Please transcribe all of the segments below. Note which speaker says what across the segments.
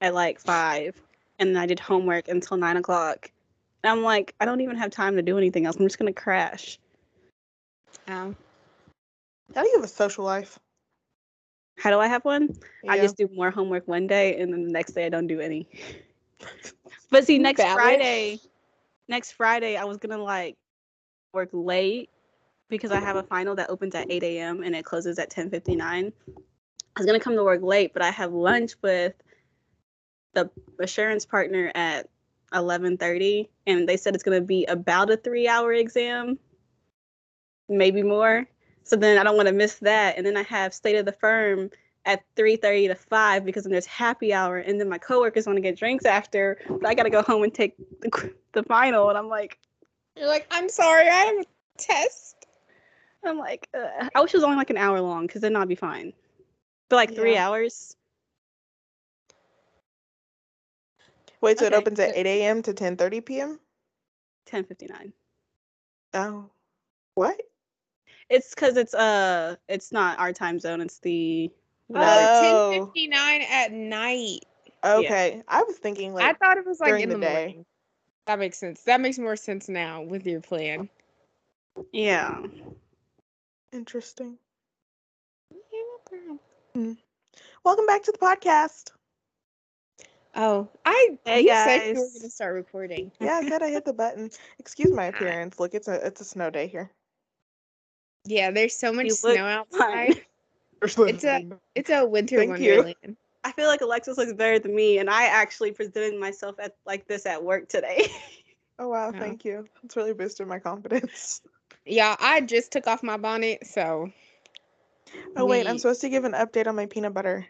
Speaker 1: at like five, and then I did homework until nine o'clock. And I'm like, I don't even have time to do anything else. I'm just gonna crash.
Speaker 2: Oh.
Speaker 3: How do you have a social life?
Speaker 1: How do I have one? I
Speaker 3: Yeah.
Speaker 1: just do more homework one day, and then the next day I don't do any. but see, next
Speaker 2: Valid.
Speaker 1: Friday, next Friday I was gonna like work late because I have a final that opens at 8 a.m. and it closes at 10:59. I was gonna come to work late, but I have lunch with the assurance partner at 11:30, and they said it's gonna be about a three-hour exam, maybe more. So then I don't want to miss that, and then I have state of the firm at 3.30 to 5 because then there's happy hour and then my coworkers want to get drinks after but i gotta go home and take the, qu- the final and i'm like
Speaker 2: You're like, I'm sorry, I have a test.
Speaker 1: i'm like uh, i wish it was only like an hour long because then i'd be fine but like three
Speaker 3: Yeah.
Speaker 1: hours
Speaker 3: Wait, so it
Speaker 2: Okay.
Speaker 3: opens at 8 a.m. to 10:30 p.m.
Speaker 1: 10.59
Speaker 3: Oh, what?
Speaker 1: it's because it's uh it's not our time zone it's the whatever.
Speaker 3: Uh, Oh.
Speaker 2: Oh, 10:59 at night.
Speaker 3: Okay, I was thinking like
Speaker 2: I thought it was like
Speaker 3: during
Speaker 2: in
Speaker 3: the
Speaker 2: the,
Speaker 3: day.
Speaker 2: morning. That makes sense. That makes more sense now with your plan.
Speaker 1: yeah
Speaker 3: interesting. Welcome back to the podcast.
Speaker 2: Oh, I
Speaker 1: Hey,
Speaker 2: you said you were
Speaker 1: guys.
Speaker 2: gonna start recording.
Speaker 3: Yeah, I said I hit the button. Excuse my appearance. Look, it's a it's a snow day here.
Speaker 2: Yeah, there's so much
Speaker 1: You
Speaker 2: snow
Speaker 1: look
Speaker 2: outside. It's a- it's a winter
Speaker 3: Thank you.
Speaker 2: wonderland.
Speaker 1: i feel like alexis looks better than me and i actually presented myself at like this at work today
Speaker 3: Oh wow,
Speaker 2: Yeah.
Speaker 3: thank you. It's really boosted my confidence.
Speaker 2: Yeah, I just took off my bonnet, so
Speaker 3: Oh wait, I'm
Speaker 2: We-
Speaker 3: supposed to give an update on my peanut butter.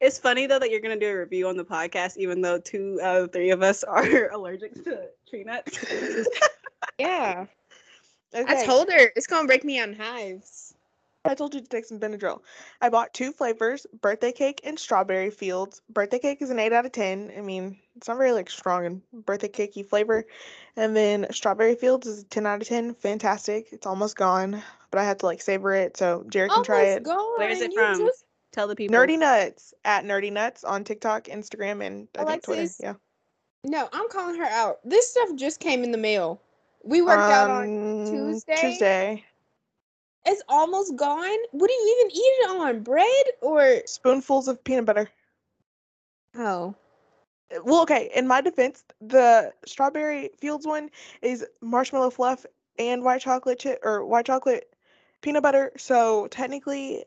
Speaker 1: It's funny though that you're gonna do a review on the podcast, even though two out of three of us are allergic to tree nuts.
Speaker 2: yeah.
Speaker 3: Okay,
Speaker 2: I told her it's gonna break me on hives.
Speaker 3: I told you to take some Benadryl. I bought two flavors, birthday cake and strawberry fields. Birthday cake is an 8 out of 10. I mean, it's not very like strong and birthday cakey flavor. And then strawberry fields is a 10 out of 10. Fantastic. It's almost gone, but I had to like savor it. So Jared can try it.
Speaker 1: Where's it from? Tell the people.
Speaker 3: Nerdy Nuts at Nerdy Nuts on TikTok, Instagram, and I think Twitter.
Speaker 2: Alexis,
Speaker 3: Yeah.
Speaker 2: No, I'm calling her out. This stuff just came in the mail. We worked out on.
Speaker 3: Um,
Speaker 2: Tuesday?
Speaker 3: Tuesday.
Speaker 2: It's almost gone. What do you even eat it on? Bread or
Speaker 3: Spoonfuls of peanut butter.
Speaker 2: oh?
Speaker 3: Well, okay. In my defense, the strawberry fields one is marshmallow fluff and white chocolate chip or white chocolate peanut butter. So technically,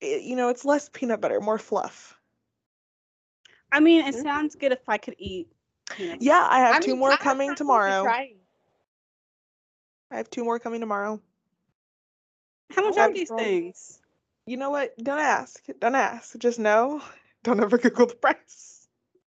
Speaker 3: it, you know, it's less peanut butter, more fluff.
Speaker 1: I mean, it sounds good if I could eat. you know.
Speaker 3: Yeah, I have
Speaker 2: I
Speaker 3: two
Speaker 2: mean,
Speaker 3: more
Speaker 2: I'm
Speaker 3: coming
Speaker 2: not gonna
Speaker 3: tomorrow.
Speaker 2: try.
Speaker 3: I have two more coming tomorrow.
Speaker 1: How much
Speaker 3: Well,
Speaker 1: are these
Speaker 3: that's wrong.
Speaker 1: things?
Speaker 3: You know what? Don't ask. Don't ask. Just know. Don't ever Google the price.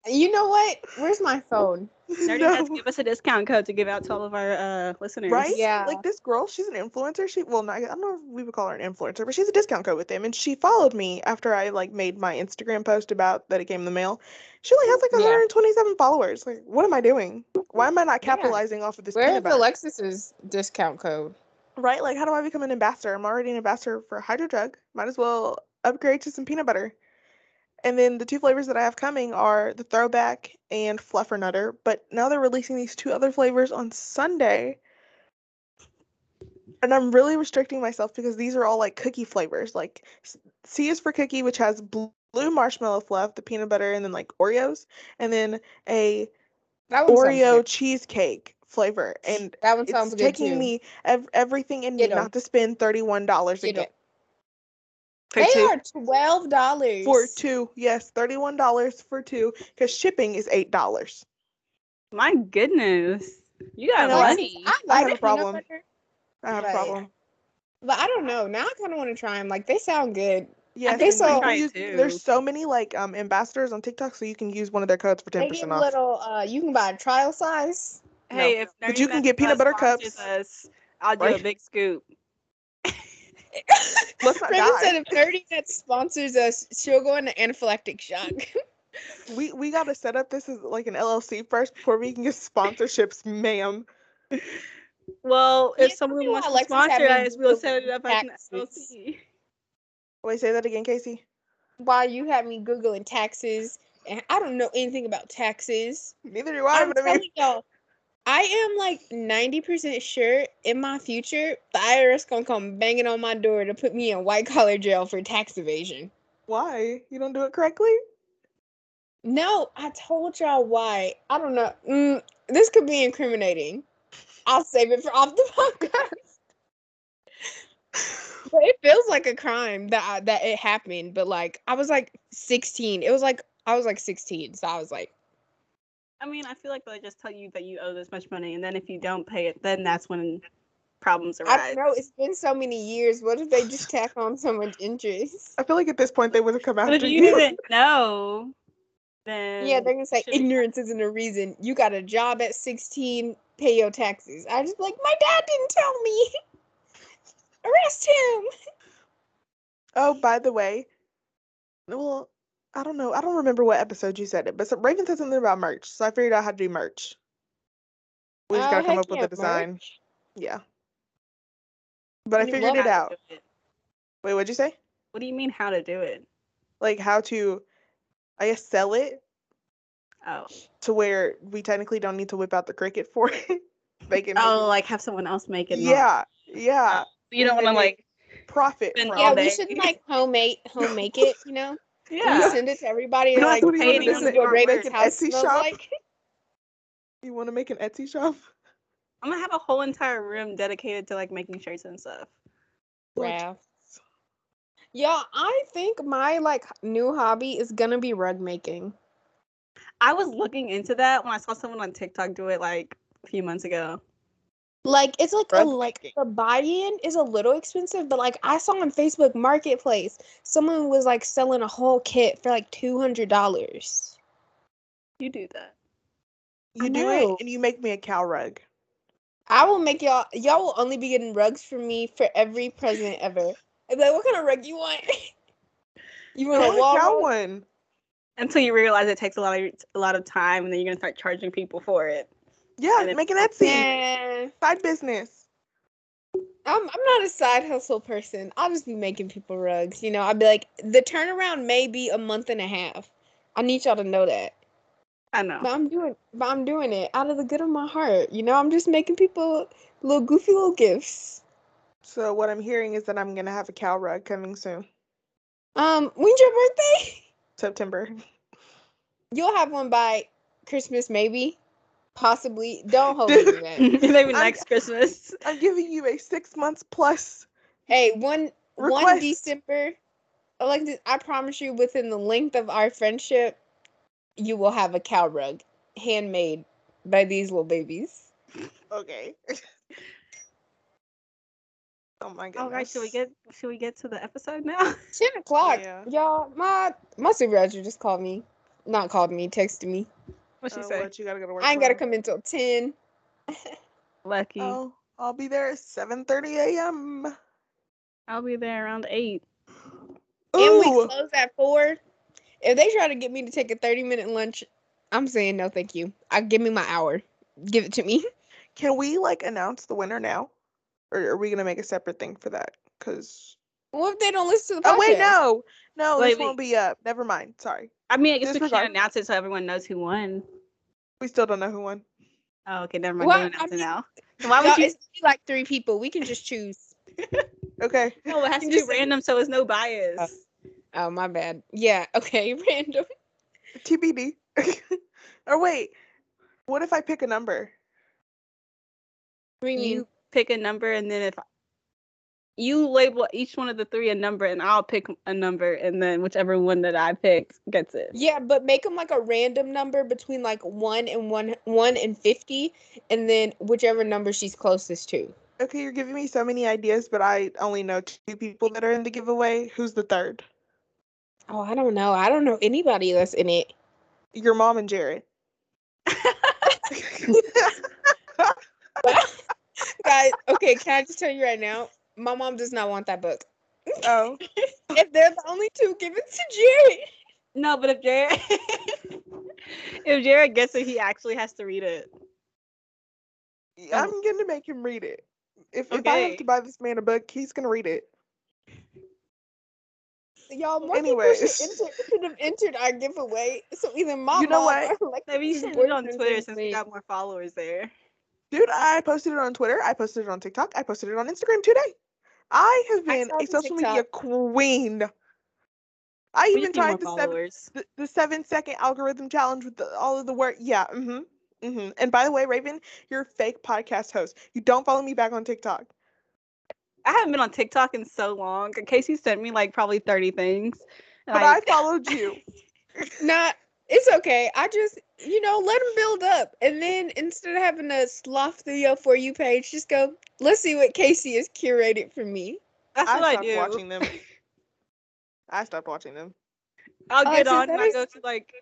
Speaker 2: You know what? Where's my phone?
Speaker 1: Nerdy
Speaker 3: No.
Speaker 1: Nuts give us a discount code to give out to all of our uh, listeners.
Speaker 3: right?
Speaker 2: Yeah.
Speaker 3: Like this girl, she's an influencer. She well, not, I don't know if we would call her an influencer, but she's a discount code with them. And she followed me after I like made my Instagram post about that it came in the mail. She only has like
Speaker 2: Yeah.
Speaker 3: 127 followers. Like, what am I doing? Why am I not
Speaker 2: Yeah.
Speaker 3: capitalizing off of this?
Speaker 2: Where's
Speaker 3: peanut butter?
Speaker 2: Alexis's discount code?
Speaker 3: right? Like, how do I become an ambassador? I'm already an ambassador for Hydro Drug. Might as well upgrade to some peanut butter. And then the two flavors that I have coming are the Throwback and Fluffer Nutter. But now they're releasing these two other flavors on Sunday. And I'm really restricting myself because these are all like cookie flavors. Like s- C is for cookie, which has bl- blue marshmallow fluff, the peanut butter, and then like Oreos, and then a
Speaker 2: That one sounds
Speaker 3: Oreo
Speaker 2: good.
Speaker 3: cheesecake flavor. And
Speaker 2: That one sounds
Speaker 3: it's
Speaker 2: good
Speaker 3: taking
Speaker 2: too.
Speaker 3: me ev- everything in me
Speaker 2: Get 'em.
Speaker 3: not to spend thirty-one dollars
Speaker 2: Get
Speaker 3: again
Speaker 2: it.
Speaker 1: For
Speaker 2: They
Speaker 1: two-
Speaker 2: are twelve dollars
Speaker 3: for two. Yes, thirty-one dollars for two because shipping is eight dollars.
Speaker 1: My goodness, you
Speaker 2: I
Speaker 1: got
Speaker 3: know, I-
Speaker 1: lucky.
Speaker 2: I
Speaker 3: I have
Speaker 2: like
Speaker 3: a
Speaker 2: peanut
Speaker 3: problem.
Speaker 2: butter,
Speaker 3: I have a
Speaker 2: Right.
Speaker 3: problem.
Speaker 2: but I don't know. Now I kind of want to try them. Like they sound good.
Speaker 3: Yes,
Speaker 2: think
Speaker 3: and you
Speaker 2: so.
Speaker 3: can
Speaker 1: Try it
Speaker 3: use-
Speaker 1: too.
Speaker 3: there's so many like um ambassadors on TikTok, so you can use one of their codes for ten
Speaker 2: They give
Speaker 3: percent off.
Speaker 2: little. Uh, you can buy a trial size.
Speaker 1: Hey, if
Speaker 3: But
Speaker 1: Nerdy
Speaker 3: you can
Speaker 1: Nuts
Speaker 3: get peanut butter
Speaker 1: sponsors
Speaker 3: cups.
Speaker 1: us, I'll do a
Speaker 3: Right.
Speaker 1: big scoop.
Speaker 3: Let's not
Speaker 2: Raven said
Speaker 3: die.
Speaker 2: if Nerdy Net sponsors us, she'll go into anaphylactic shock.
Speaker 3: We we gotta set up this as like an LLC first before we can get sponsorships, ma'am.
Speaker 1: Well,
Speaker 2: Yeah,
Speaker 1: if someone
Speaker 2: you
Speaker 1: wants to
Speaker 2: Alexis had
Speaker 1: sponsor
Speaker 2: me
Speaker 1: us, we'll
Speaker 2: Google
Speaker 1: set it up as an
Speaker 2: taxes.
Speaker 1: LLC.
Speaker 3: Wait, say that again, Casey.
Speaker 2: While you had me googling taxes, I don't know anything about taxes.
Speaker 3: Neither do I,
Speaker 2: I'm
Speaker 3: but I mean,
Speaker 2: telling y'all, I am like 90% sure in my future, the IRS gonna come banging on my door to put me in white collar jail for tax evasion.
Speaker 3: why? You don't do it correctly?
Speaker 2: No, I told y'all why. I don't know. Mm, this could be incriminating. I'll save it for off the podcast. but it feels like a crime that I, that it happened. But like, I was like 16. It was like I was like 16, so I was like,
Speaker 1: I mean, I feel like they just tell you that you owe this much money, and then if you don't pay it, then that's when problems arise.
Speaker 2: I don't know. It's been so many years. What if they just tack on so much interest?
Speaker 3: I feel like at this point they would have come
Speaker 1: but
Speaker 3: after
Speaker 1: if you didn't know, then
Speaker 2: Yeah, they're gonna say
Speaker 1: should be-
Speaker 2: ignorance isn't a reason. You got a job at 16, pay your taxes. I just be like my dad didn't tell me. Arrest him.
Speaker 3: Oh, by the way, well, I don't know. I don't remember what episode you said it, but so Raven said something about merch, so I figured out how to do merch. We just
Speaker 2: Oh,
Speaker 3: gotta come
Speaker 2: heck
Speaker 3: up with
Speaker 2: yeah,
Speaker 3: a design.
Speaker 2: merch.
Speaker 3: Yeah. But I
Speaker 2: And it
Speaker 3: figured
Speaker 2: will
Speaker 3: it
Speaker 1: how to
Speaker 3: out.
Speaker 1: do it.
Speaker 3: Wait, what'd you say?
Speaker 1: What do you mean how to do it?
Speaker 3: Like how to, I guess, sell it
Speaker 1: Oh,
Speaker 3: to where we technically don't need to whip out the cricket for it. they can. make
Speaker 1: oh, like have someone else make
Speaker 3: it.
Speaker 1: it. not-
Speaker 3: yeah, yeah.
Speaker 1: you don't want to
Speaker 3: Maybe-
Speaker 1: like.
Speaker 3: Profit
Speaker 1: Then
Speaker 3: from
Speaker 2: Yeah,
Speaker 1: all
Speaker 3: it.
Speaker 2: we
Speaker 1: day.
Speaker 2: should like homemade homemade it, you know? You
Speaker 1: Yeah.
Speaker 2: send it to everybody
Speaker 3: You
Speaker 2: and
Speaker 3: know,
Speaker 2: like
Speaker 3: that's what he
Speaker 1: pay
Speaker 3: wanted to
Speaker 1: anyone
Speaker 2: this
Speaker 3: do.
Speaker 2: is
Speaker 1: that
Speaker 2: what
Speaker 1: work.
Speaker 2: Raven's
Speaker 3: An
Speaker 2: house
Speaker 3: Etsy
Speaker 2: smells
Speaker 3: shop?
Speaker 2: like.
Speaker 3: You want to make an Etsy shop?
Speaker 1: I'm gonna have a whole entire room dedicated to like making shirts and stuff.
Speaker 2: Wow. Yeah, I think my like new hobby is gonna be rug making.
Speaker 1: I was looking into that when I saw someone on TikTok do it like a few months ago.
Speaker 2: Like it's like a
Speaker 3: Rug
Speaker 2: like
Speaker 3: making.
Speaker 2: the buy-in is a little expensive, but like I saw on Facebook Marketplace, someone was like selling a whole kit for like two hundred dollars.
Speaker 1: You do that.
Speaker 3: You
Speaker 2: I
Speaker 3: do
Speaker 2: know.
Speaker 3: it and you make me a cow rug.
Speaker 2: I will make y'all y'all will only be getting rugs from me for every present ever. I'd be like, what kind of rug you want? you want
Speaker 3: I
Speaker 2: a
Speaker 3: want a
Speaker 2: wall
Speaker 3: cow
Speaker 2: rug?
Speaker 3: one.
Speaker 1: Until you realize it takes a lot of a lot of time, and then you're gonna start charging people for it.
Speaker 3: Yeah,
Speaker 1: And it-
Speaker 3: make an Etsy
Speaker 2: Nah,
Speaker 3: side business.
Speaker 2: I'm I'm not a side hustle person. I'll just be making people rugs. You know, I'd be like, the turnaround may be a month and a half. I need y'all to know that.
Speaker 1: I know.
Speaker 2: But I'm doing but I'm doing it out of the good of my heart. You know, I'm just making people little goofy little gifts.
Speaker 3: So what I'm hearing is that I'm gonna have a cow rug coming soon,
Speaker 2: Um, when's your birthday?
Speaker 3: September.
Speaker 2: You'll have one by Christmas, maybe. Possibly. Don't hold me to that.
Speaker 1: Maybe
Speaker 3: I'm-
Speaker 1: next Christmas.
Speaker 3: I'm giving you a six months plus.
Speaker 2: Hey, one one
Speaker 3: Request.
Speaker 2: December, like this, I promise you, within the length of our friendship, you will have a cow rug, handmade by these little babies.
Speaker 3: Okay. oh my god.
Speaker 1: All right, should we get should we get to the episode now?
Speaker 2: Ten o'clock,
Speaker 3: Yeah.
Speaker 2: y'all. My my supervisor just called me, not called me, texted me.
Speaker 1: What she
Speaker 3: Uh,
Speaker 1: say?
Speaker 3: what, you gotta go to work
Speaker 2: I ain't gotta
Speaker 3: tomorrow?
Speaker 2: come in till ten.
Speaker 1: Lucky.
Speaker 3: Oh, I'll be there at 7:30 a.m.
Speaker 1: I'll be there around eight.
Speaker 2: And we
Speaker 3: Ooh,
Speaker 2: close at four. If they try to get me to take a thirty minute lunch, I'm saying no, thank you. I give me my hour. Give it to me.
Speaker 3: can we like announce the winner now, or are we gonna make a separate thing for that? Cause
Speaker 2: What if they don't listen to the podcast?
Speaker 3: oh wait, no, no,
Speaker 1: Wait,
Speaker 3: this won't be up. Never mind. Sorry,
Speaker 1: I mean, I guess we
Speaker 3: Disregard.
Speaker 1: can't announce it so everyone knows who won.
Speaker 3: we still don't know who won.
Speaker 1: Oh, okay, never mind.
Speaker 2: Well,
Speaker 1: Don't
Speaker 2: I
Speaker 1: announce it
Speaker 2: mean-
Speaker 1: now. Why
Speaker 2: Y'all,
Speaker 1: would you?
Speaker 2: it's like three people. We can just choose.
Speaker 3: Okay.
Speaker 1: No, it has to be
Speaker 2: just say-
Speaker 1: random, so it's no bias.
Speaker 2: Uh, Oh my bad. Yeah. Okay. Random.
Speaker 3: TBD. or wait, what if I pick a number?
Speaker 2: What do you mean?
Speaker 1: you pick a number, and then if you label each one of the three a number, and I'll pick a number, and then whichever one that I pick gets it.
Speaker 2: Yeah, but make them like a random number between like one and one, one and fifty, and then whichever number she's closest to.
Speaker 3: Okay, you're giving me so many ideas, but I only know two people that are in the giveaway. Who's the third?
Speaker 2: Oh, I don't know. I don't know anybody that's in it.
Speaker 3: Your mom and Jared.
Speaker 2: Guys, okay. Can I just tell you right now? My mom does not want that book.
Speaker 3: oh,
Speaker 2: If they're the only two, give it to Jerry.
Speaker 1: No, but if Jared, if Jared gets it, he actually has to read it.
Speaker 3: I'm gonna make him read it. If, if I have
Speaker 1: Okay.
Speaker 3: to buy this man a book, he's gonna read it.
Speaker 2: y'all more
Speaker 3: Anyways.
Speaker 2: people should, enter, should have entered our giveaway. So either my
Speaker 3: You
Speaker 2: mom
Speaker 3: know what?
Speaker 2: or like
Speaker 1: Maybe you
Speaker 2: your
Speaker 1: should do it on
Speaker 2: boyfriend's
Speaker 1: Twitter
Speaker 2: in
Speaker 1: since we
Speaker 2: May.
Speaker 1: got more followers there.
Speaker 3: Dude, I posted it on Twitter. I posted it on TikTok. I posted it on Instagram today. I have
Speaker 2: I
Speaker 3: been
Speaker 2: saw
Speaker 3: a
Speaker 2: the
Speaker 3: social media
Speaker 2: TikTok.
Speaker 3: queen. I
Speaker 1: We
Speaker 3: even
Speaker 1: just need more
Speaker 3: tried the seven,
Speaker 1: followers.
Speaker 3: the, the seven second algorithm challenge with the, all of the work. Yeah. Mm-hmm. Mm-hmm. And by the way, Raven, you're a fake podcast host. You don't follow me back on TikTok.
Speaker 1: I haven't been on TikTok in so long. Casey sent me like probably 30 things. and
Speaker 3: But
Speaker 1: I-
Speaker 3: I followed you.
Speaker 2: Not. It's okay. I just, you know, let them build up, and then instead of having to slough through your for you page, just go. Let's see what Casey has curated for me.
Speaker 1: that's
Speaker 3: I
Speaker 1: what I
Speaker 3: stopped
Speaker 1: do.
Speaker 3: watching them. I stopped watching them.
Speaker 1: I'll get
Speaker 2: Alexis,
Speaker 1: on and
Speaker 2: that
Speaker 1: I
Speaker 2: is-
Speaker 1: go to like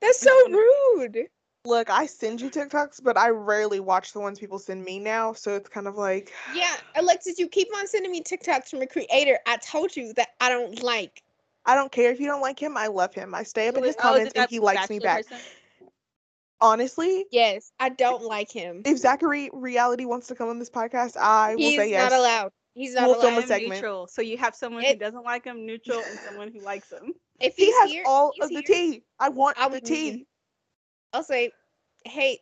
Speaker 2: That's so rude.
Speaker 3: Look, I send you TikToks, but I rarely watch the ones people send me now. So it's kind of like,
Speaker 2: Yeah, Alexis, you keep on sending me TikToks from a creator. I told you that I don't like.
Speaker 3: I don't care if you don't like him. I love him. I stay up in
Speaker 1: Wait,
Speaker 3: his
Speaker 1: oh, is
Speaker 3: comments
Speaker 1: it
Speaker 3: and
Speaker 1: that
Speaker 3: he likes me
Speaker 1: bachelor
Speaker 3: back.
Speaker 1: person?
Speaker 3: Honestly,
Speaker 2: Yes, I don't like him.
Speaker 3: if Zachary Reality wants to come on this podcast, I will
Speaker 2: He's
Speaker 3: say yes.
Speaker 2: not allowed. He's not
Speaker 3: We'll film
Speaker 2: allowed.
Speaker 3: a segment.
Speaker 1: neutral. So you have someone who
Speaker 2: It-
Speaker 1: doesn't like him, neutral, and someone who likes him.
Speaker 2: If
Speaker 3: He
Speaker 2: he's
Speaker 3: has
Speaker 2: here,
Speaker 3: all
Speaker 2: he's
Speaker 3: of the
Speaker 2: here,
Speaker 3: tea. I want
Speaker 2: I
Speaker 3: the
Speaker 2: would
Speaker 3: tea.
Speaker 2: leave. I'll say, hey,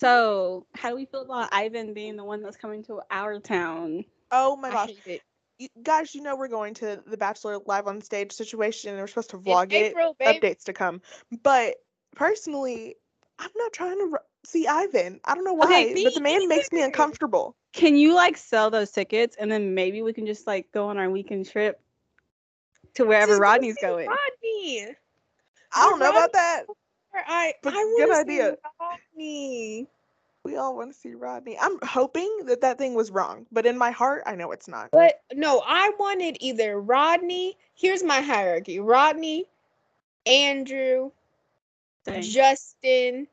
Speaker 1: So how do we feel about Ivan being the one that's coming to our town?
Speaker 3: Oh my
Speaker 2: I
Speaker 3: gosh,
Speaker 2: hate it.
Speaker 3: you, guys! You know we're going to the Bachelor live on stage situation, and we're supposed to
Speaker 2: It's
Speaker 3: vlog it.
Speaker 2: April, babe.
Speaker 3: Updates to come. But personally, I'm not trying to r- see Ivan. I don't know why,
Speaker 1: Okay,
Speaker 3: but the
Speaker 1: me
Speaker 3: man makes me
Speaker 2: either.
Speaker 3: uncomfortable.
Speaker 1: Can you like sell those tickets and then maybe we can just like go on our weekend trip to wherever
Speaker 2: Just go
Speaker 1: Rodney's
Speaker 2: see
Speaker 1: going?
Speaker 2: Rodney.
Speaker 3: I don't know
Speaker 2: Rodney-
Speaker 3: about that.
Speaker 2: Or I,
Speaker 3: But
Speaker 2: I
Speaker 3: good
Speaker 2: want to
Speaker 3: idea.
Speaker 2: see Rodney.
Speaker 3: We all want to see Rodney. I'm hoping that that thing was wrong, but in my heart, I know it's not.
Speaker 2: But no, I wanted either Rodney. Here's my hierarchy: Rodney, Andrew,
Speaker 1: Dang.
Speaker 2: Justin,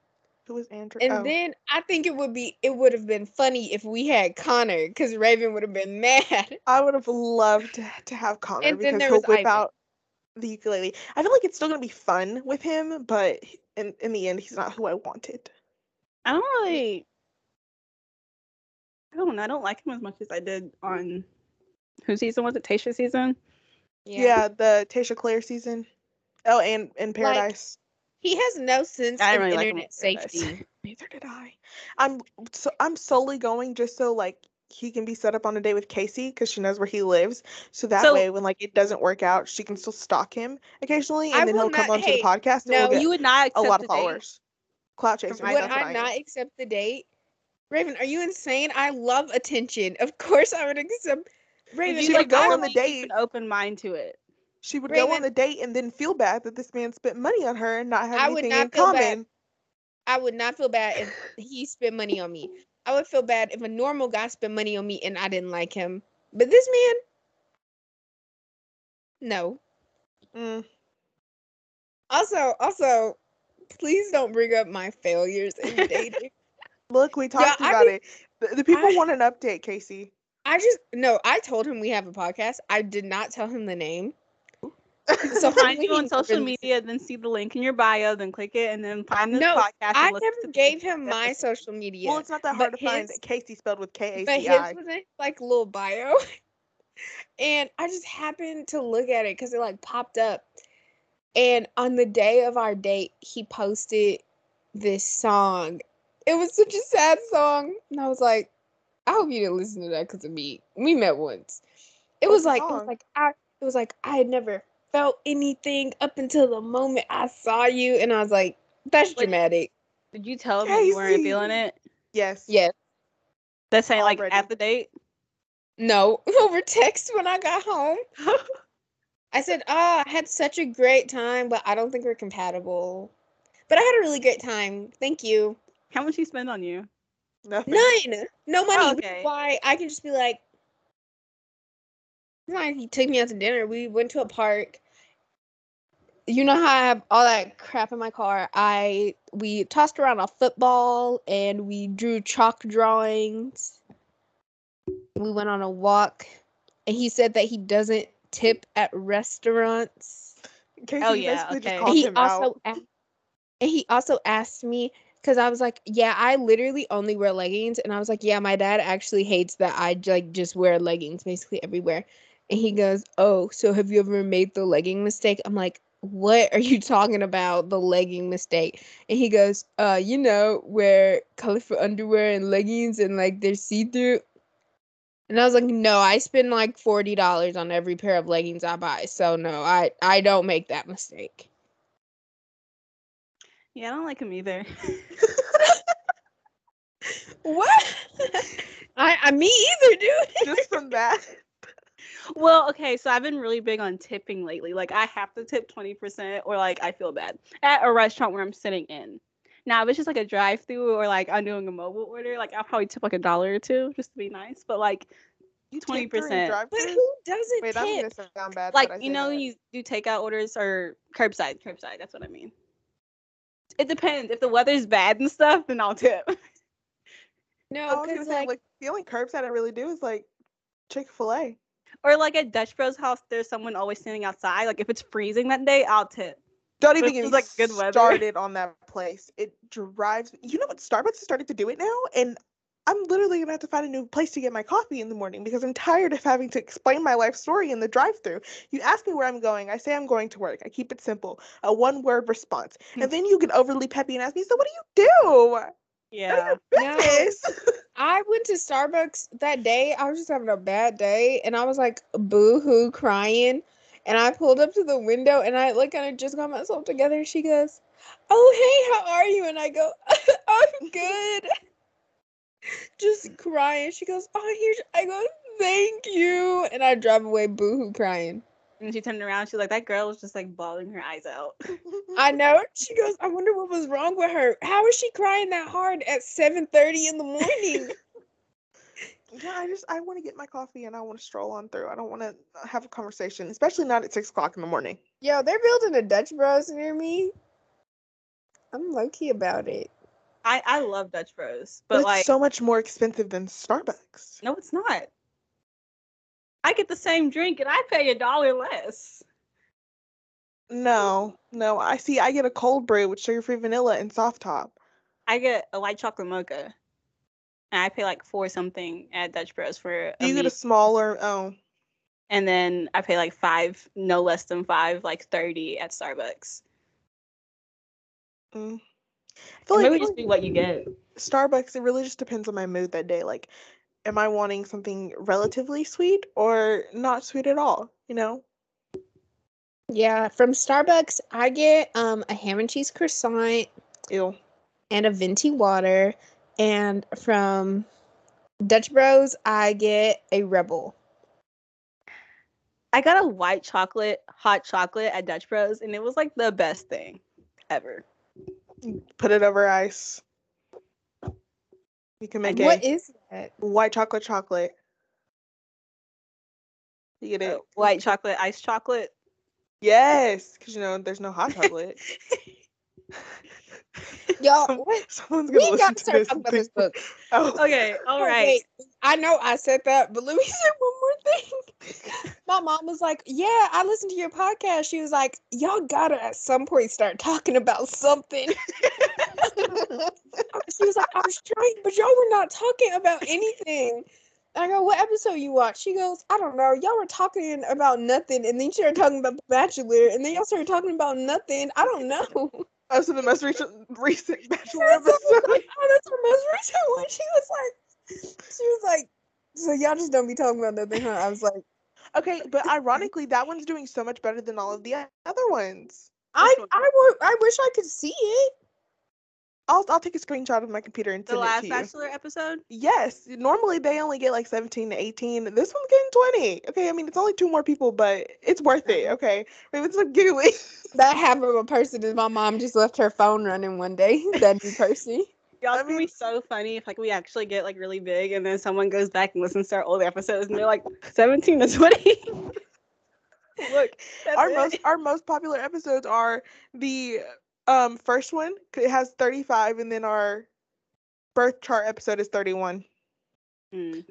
Speaker 3: Who was Andrew?
Speaker 2: and
Speaker 3: oh.
Speaker 2: then I think it would be it would have been funny if we had Connor because Raven would have been mad.
Speaker 3: I would have loved to- to have Connor
Speaker 2: And then
Speaker 3: because
Speaker 2: there
Speaker 3: he'll
Speaker 2: was
Speaker 3: whip
Speaker 2: Ivan.
Speaker 3: out the ukulele. I feel like it's still gonna be fun with him, but h- in in the end, he's not who I wanted.
Speaker 1: I don't really. I don't. know. I don't like him as much as I did on. Who season was it? Tasha season.
Speaker 3: Yeah, the Tasha Claire season. Oh, and in Paradise.
Speaker 2: He has no sense
Speaker 1: I
Speaker 2: of
Speaker 1: don't really like him
Speaker 2: internet
Speaker 1: on Paradise.
Speaker 2: safety.
Speaker 3: Neither did I. I'm so I'm solely going just so like he can be set up on a date with Casey because she knows where he lives. So that
Speaker 1: So-
Speaker 3: way, when like it doesn't work out, she can still stalk him occasionally, and
Speaker 2: I
Speaker 3: then
Speaker 2: will
Speaker 3: he'll come
Speaker 2: not-
Speaker 3: onto
Speaker 2: hey,
Speaker 3: the podcast. and we'll
Speaker 2: no,
Speaker 3: get
Speaker 1: You would not
Speaker 3: Oh, a
Speaker 1: accept
Speaker 3: lot of
Speaker 1: a date?
Speaker 3: followers. Cloud chaser.
Speaker 1: I
Speaker 2: Would
Speaker 3: that's
Speaker 1: don't
Speaker 3: what
Speaker 2: I
Speaker 3: am.
Speaker 2: not accept the date? Raven, are you insane? I love attention. Of course I would accept. Raven,
Speaker 1: Did
Speaker 3: she
Speaker 1: you
Speaker 3: would
Speaker 1: like
Speaker 3: go
Speaker 1: I
Speaker 3: on
Speaker 1: would
Speaker 3: the
Speaker 1: keep an
Speaker 3: date.
Speaker 1: open mind to it?
Speaker 3: she would go on
Speaker 2: Raven-
Speaker 3: the date and then feel bad that this man spent money on her and not have
Speaker 2: I would
Speaker 3: anything
Speaker 2: not
Speaker 3: in
Speaker 2: feel
Speaker 3: common.
Speaker 2: bad. I would not feel bad if he spent money on me. I would feel bad if a normal guy spent money on me and I didn't like him. But this man, no.
Speaker 3: Mm.
Speaker 2: Also, also, please don't bring up my failures in dating.
Speaker 3: Look, we talked
Speaker 2: I
Speaker 3: about
Speaker 2: mean-
Speaker 3: it. The, the people
Speaker 2: I-
Speaker 3: want an update, Casey.
Speaker 2: I just no. I told him we have a podcast. I did not tell him the name. So
Speaker 1: Find
Speaker 2: hopefully
Speaker 1: you
Speaker 2: he
Speaker 1: on social
Speaker 2: never listens.
Speaker 1: media, then see the link in your bio, then click it, and then find this
Speaker 2: No,
Speaker 1: podcast. and
Speaker 2: I
Speaker 1: listen to
Speaker 2: never
Speaker 1: the
Speaker 2: gave
Speaker 1: episode.
Speaker 2: him my social media.
Speaker 3: Well, it's not that
Speaker 2: But
Speaker 3: hard to find.
Speaker 2: his-
Speaker 3: Casey spelled with K A
Speaker 2: but
Speaker 3: C
Speaker 2: his
Speaker 3: I.
Speaker 2: was in, like little bio, and I just happened to look at it because it like popped up. And on the day of our date, he posted this song. It was such a sad song, and I was like, I hope you didn't listen to that because of me. We met once. It was
Speaker 3: What's the
Speaker 2: like it was
Speaker 3: song?
Speaker 2: like I it was like I had never felt anything up until the moment I saw you, and I was like, that's
Speaker 1: Wait.
Speaker 2: dramatic.
Speaker 1: Did you tell him that you weren't feeling
Speaker 3: Casey.
Speaker 1: it?
Speaker 3: Yes.
Speaker 2: Yeah,
Speaker 1: That's saying like
Speaker 3: Already.
Speaker 1: at the date.
Speaker 2: No, over text when I got home. I said, Oh, I had such a great time, but I don't think we're compatible. But I had a really great time. Thank you.
Speaker 1: How much he spend on you?
Speaker 3: Nothing.
Speaker 2: None. No money.
Speaker 1: Oh,
Speaker 2: which is
Speaker 1: okay.
Speaker 2: Why I can just be like, it's not like he took me out to dinner. We went to a park. You know how I have all that crap in my car. I we tossed around a football and we drew chalk drawings. We went on a walk, and he said that he doesn't tip at restaurants.
Speaker 3: Casey
Speaker 1: Oh, yeah,
Speaker 3: basically
Speaker 1: okay.
Speaker 3: just
Speaker 2: And
Speaker 3: called
Speaker 2: he
Speaker 3: him out.
Speaker 2: also asked, and he also asked me because I was like, yeah, I literally only wear leggings, and I was like, yeah, my dad actually hates that I j- like just wear leggings basically everywhere. And he goes, Oh, so have you ever made the legging mistake? I'm like, What are you talking about? The legging mistake. And he goes, Uh, you know, where colorful underwear and leggings and like they're see through. And I was like, No, I spend like $40 on every pair of leggings I buy. So no, I, I don't make that mistake.
Speaker 1: Yeah, I don't like him either.
Speaker 2: What? I, I, me either, dude.
Speaker 3: Just from that.
Speaker 1: well, okay, so I've been really big on tipping lately. Like I have to tip 20% or like I feel bad at a restaurant where I'm sitting in. Now, if it's just like a drive through or like I'm doing a mobile order, like I'll probably tip like a dollar or two just to be nice. But like
Speaker 3: You
Speaker 1: 20%.
Speaker 2: But who doesn't
Speaker 3: Wait,
Speaker 2: tip?
Speaker 3: I'm gonna sound bad.
Speaker 1: like
Speaker 3: but I
Speaker 1: you
Speaker 3: say
Speaker 1: know
Speaker 3: that.
Speaker 1: you do takeout orders or curbside curbside that's what i mean it depends if the weather's bad and stuff then i'll tip
Speaker 3: I
Speaker 2: No,
Speaker 3: was gonna
Speaker 2: because
Speaker 3: say
Speaker 2: like,
Speaker 3: like, the only curbside I really do is like Chick Fil A.
Speaker 1: or like at dutch bros house there's someone always standing outside like if it's freezing that day i'll tip
Speaker 3: Don't
Speaker 1: But
Speaker 3: even
Speaker 1: if
Speaker 3: get
Speaker 1: it's,
Speaker 3: me
Speaker 1: like, good weather.
Speaker 3: started on that place. It drives. You know what? Starbucks has started to do it now, and I'm literally gonna have to find a new place to get my coffee in the morning because I'm tired of having to explain my life story in the drive-through. You ask me where I'm going. I say I'm going to work. I keep it simple, a one-word response,
Speaker 1: Hmm.
Speaker 3: and then you get overly peppy and ask me, "So what do you do?"
Speaker 1: yeah
Speaker 2: No.
Speaker 3: Business.
Speaker 2: I went to Starbucks that day. I was just having a bad day and I was like boo hoo crying. And I pulled up to the window and I like kind of just got myself together. And she goes, Oh, hey, how are you? And I go, I'm good. just crying. She goes, Oh, here's, I go, Thank you. And I drive away boo hoo crying.
Speaker 1: and she turned around she's like that girl was just like bawling her eyes out
Speaker 2: I know. She goes, I wonder what was wrong with her. How is she crying that hard at 7:30 in the morning?
Speaker 3: Yeah, I just I want to get my coffee and I want to stroll on through. I don't want to have a conversation, especially not at six o'clock in the morning.
Speaker 2: Yo, they're building a Dutch Bros near me. I'm low key about it.
Speaker 1: i i love dutch bros
Speaker 3: But,
Speaker 1: but
Speaker 3: it's
Speaker 1: like
Speaker 3: so much more expensive than Starbucks.
Speaker 1: no it's not i get the same drink and i pay a dollar less
Speaker 3: No, no. I see. I get a cold brew with sugar-free vanilla and soft top.
Speaker 1: i get a white chocolate mocha and i pay like four something at dutch bros for
Speaker 3: Do you get
Speaker 1: medium.
Speaker 3: a smaller? Oh,
Speaker 1: and then I pay like five, no less than five, like thirty at Starbucks.
Speaker 3: mm. I
Speaker 1: It
Speaker 3: feel like
Speaker 1: really just be what you get.
Speaker 3: Starbucks. It really just depends on my mood that day. Like, am I wanting something relatively sweet or not sweet at all? You know.
Speaker 2: Yeah, from Starbucks, I get um a ham and cheese croissant
Speaker 3: Ew.
Speaker 2: and a venti water, and from Dutch Bros, I get a Rebel.
Speaker 1: I got a white chocolate, hot chocolate at Dutch Bros, and it was like the best thing ever.
Speaker 3: Put it over ice. You can make
Speaker 1: And
Speaker 3: it.
Speaker 2: What is that?
Speaker 3: white chocolate chocolate. You get it?
Speaker 2: Oh.
Speaker 1: Uh, White chocolate, ice chocolate.
Speaker 3: Yes, because you know there's no hot chocolate.
Speaker 2: Y'all,
Speaker 3: Some-
Speaker 2: Oh, what?
Speaker 3: Someone's
Speaker 2: We
Speaker 3: gonna listen
Speaker 2: gotta
Speaker 3: to
Speaker 2: start
Speaker 3: this.
Speaker 2: talking
Speaker 3: and
Speaker 2: about this
Speaker 3: think-
Speaker 2: book.
Speaker 3: Oh,
Speaker 1: Okay, all
Speaker 2: Oh,
Speaker 1: right.
Speaker 2: wait. I know I said that, but let me say one more thing. My mom was like, Yeah, I listened to your podcast. She was like, Y'all gotta at some point start talking about something. she was like, I was trying, but y'all were not talking about anything. I go, What episode you watch? She goes, I don't know. Y'all were talking about nothing. And then you started talking about The Bachelor. And then y'all started talking about nothing. I don't know.
Speaker 3: oh, so the most recent recent bachelor
Speaker 2: That's what I was
Speaker 3: episode.
Speaker 2: like, oh, that's her most recent one. She was like, she was like, so y'all just don't be talking about nothing, huh? I was like,
Speaker 3: Okay, but ironically, that one's doing so much better than all of the o- other ones.
Speaker 2: I,
Speaker 1: one?
Speaker 2: I, wa- I wish I could see it.
Speaker 3: I'll I'll take a screenshot of my computer and
Speaker 1: The
Speaker 3: send
Speaker 1: last
Speaker 3: it to you.
Speaker 1: Bachelor episode.
Speaker 3: Yes, normally they only get like 17 to 18. This one's getting 20. Okay, I mean it's only two more people, but it's worth it. Okay, Raven's like giggling.
Speaker 2: That half of a person is my mom just left her phone running one day. That new person.
Speaker 1: Y'all,
Speaker 3: I
Speaker 1: it's gonna be
Speaker 3: mean-
Speaker 1: so funny if like we actually get like really big, and then someone goes back and listens to our old episodes, and they're like seventeen to twenty. Look, that's
Speaker 3: our
Speaker 1: it.
Speaker 3: most our most popular episodes are the um first one 'cause it has 35 and then our birth chart episode is 31
Speaker 1: Mm.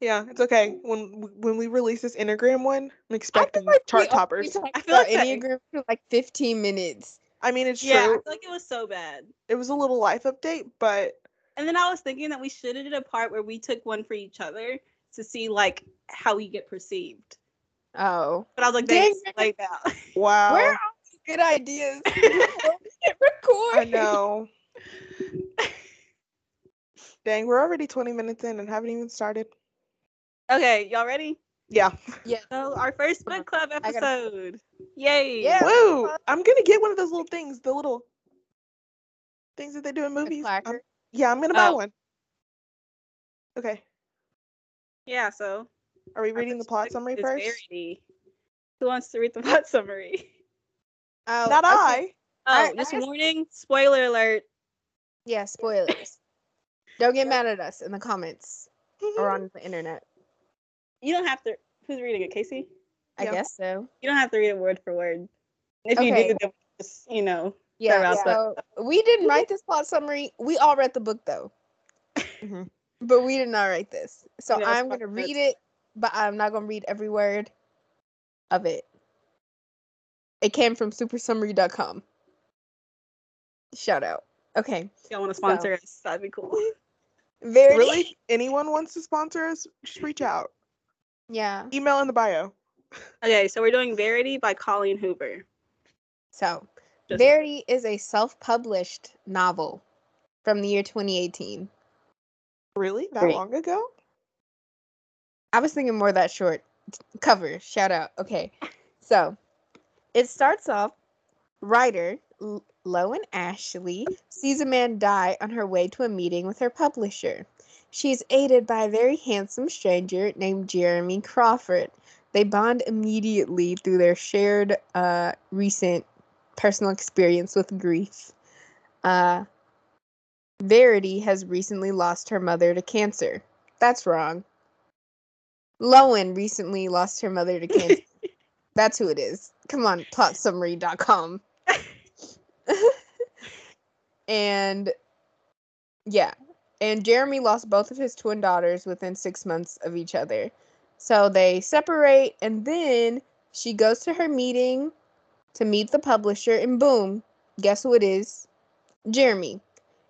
Speaker 3: yeah it's okay when w- when we release this enneagram one i'm
Speaker 2: I feel
Speaker 3: expecting
Speaker 2: like
Speaker 3: chart
Speaker 2: we only
Speaker 3: toppers
Speaker 2: talked
Speaker 1: I feel
Speaker 2: about
Speaker 1: like that-
Speaker 2: Enneagram for like 15 minutes.
Speaker 3: i mean it's
Speaker 1: Yeah, I
Speaker 3: true
Speaker 1: feel like it was so bad.
Speaker 3: it was a little life update but
Speaker 1: And then I was thinking that we should have did a part where we took one for each other to see like how we get perceived.
Speaker 2: Oh.
Speaker 1: But I was like, they
Speaker 2: Dang.
Speaker 1: laid out.
Speaker 3: Wow.
Speaker 2: Where are all these good ideas? Record.
Speaker 3: I know. Dang, we're already 20 minutes in and haven't even started.
Speaker 1: okay, y'all ready?
Speaker 3: Yeah.
Speaker 1: So our first book club
Speaker 2: gotta-
Speaker 1: episode. Yay!
Speaker 2: Yeah.
Speaker 3: Woo! I'm gonna get one of those little things, the little things that they do in movies. I'm-
Speaker 2: clacker?
Speaker 3: yeah, I'm gonna buy
Speaker 1: Oh.
Speaker 3: one. Okay.
Speaker 1: Yeah. So
Speaker 3: Are we
Speaker 1: our
Speaker 3: reading the
Speaker 1: first
Speaker 3: plot
Speaker 1: book
Speaker 3: summary
Speaker 1: is
Speaker 3: first?
Speaker 1: Verity. Who wants to read the plot summary?
Speaker 2: Oh,
Speaker 3: Not
Speaker 2: okay.
Speaker 3: I.
Speaker 1: Oh,
Speaker 2: I- I
Speaker 1: just
Speaker 2: guess-
Speaker 1: warning, spoiler alert.
Speaker 2: Yeah, spoilers. Don't get mad at us in the comments or on the internet.
Speaker 1: You don't have to. Who's reading it, Casey?
Speaker 2: I
Speaker 3: Yeah.
Speaker 2: guess so.
Speaker 1: You don't have to read it word for word. If you
Speaker 2: Okay.
Speaker 1: do, then just you know.
Speaker 2: Yeah.
Speaker 1: I'll
Speaker 2: So we didn't write this plot summary. We all read the book though,
Speaker 3: Mhm.
Speaker 2: but we did not write this. So
Speaker 1: Yeah,
Speaker 2: I'm
Speaker 1: fuck
Speaker 2: gonna
Speaker 1: this.
Speaker 2: read it, but I'm not gonna read every word of it. It came from supersummary.com. Shout out. Okay.
Speaker 1: If y'all want to sponsor us, that'd be cool.
Speaker 2: Verity.
Speaker 3: Really? Anyone wants to sponsor us? Just reach out.
Speaker 2: Yeah.
Speaker 3: Email in the bio.
Speaker 1: Okay, so we're doing Verity by Colleen Hoover.
Speaker 2: So,
Speaker 1: Just-
Speaker 2: Verity is a self published novel from the year 2018.
Speaker 3: Really? That
Speaker 2: Great.
Speaker 3: long ago?
Speaker 2: I was thinking more that short cover. Shout out. Okay. So, it starts off writer L- Lowen Ashley sees a man die on her way to a meeting with her publisher. She is aided by a very handsome stranger named Jeremy Crawford. They bond immediately through their shared uh, recent personal experience with grief. Uh, Verity has recently lost her mother to cancer. That's wrong. Lowen recently lost her mother to cancer. That's who it is. Come on, plotsummary.com. and yeah. And Jeremy lost both of his twin daughters within six months of each other. So they separate, and then she goes to her meeting to meet the publisher, and boom, guess who it is? Jeremy.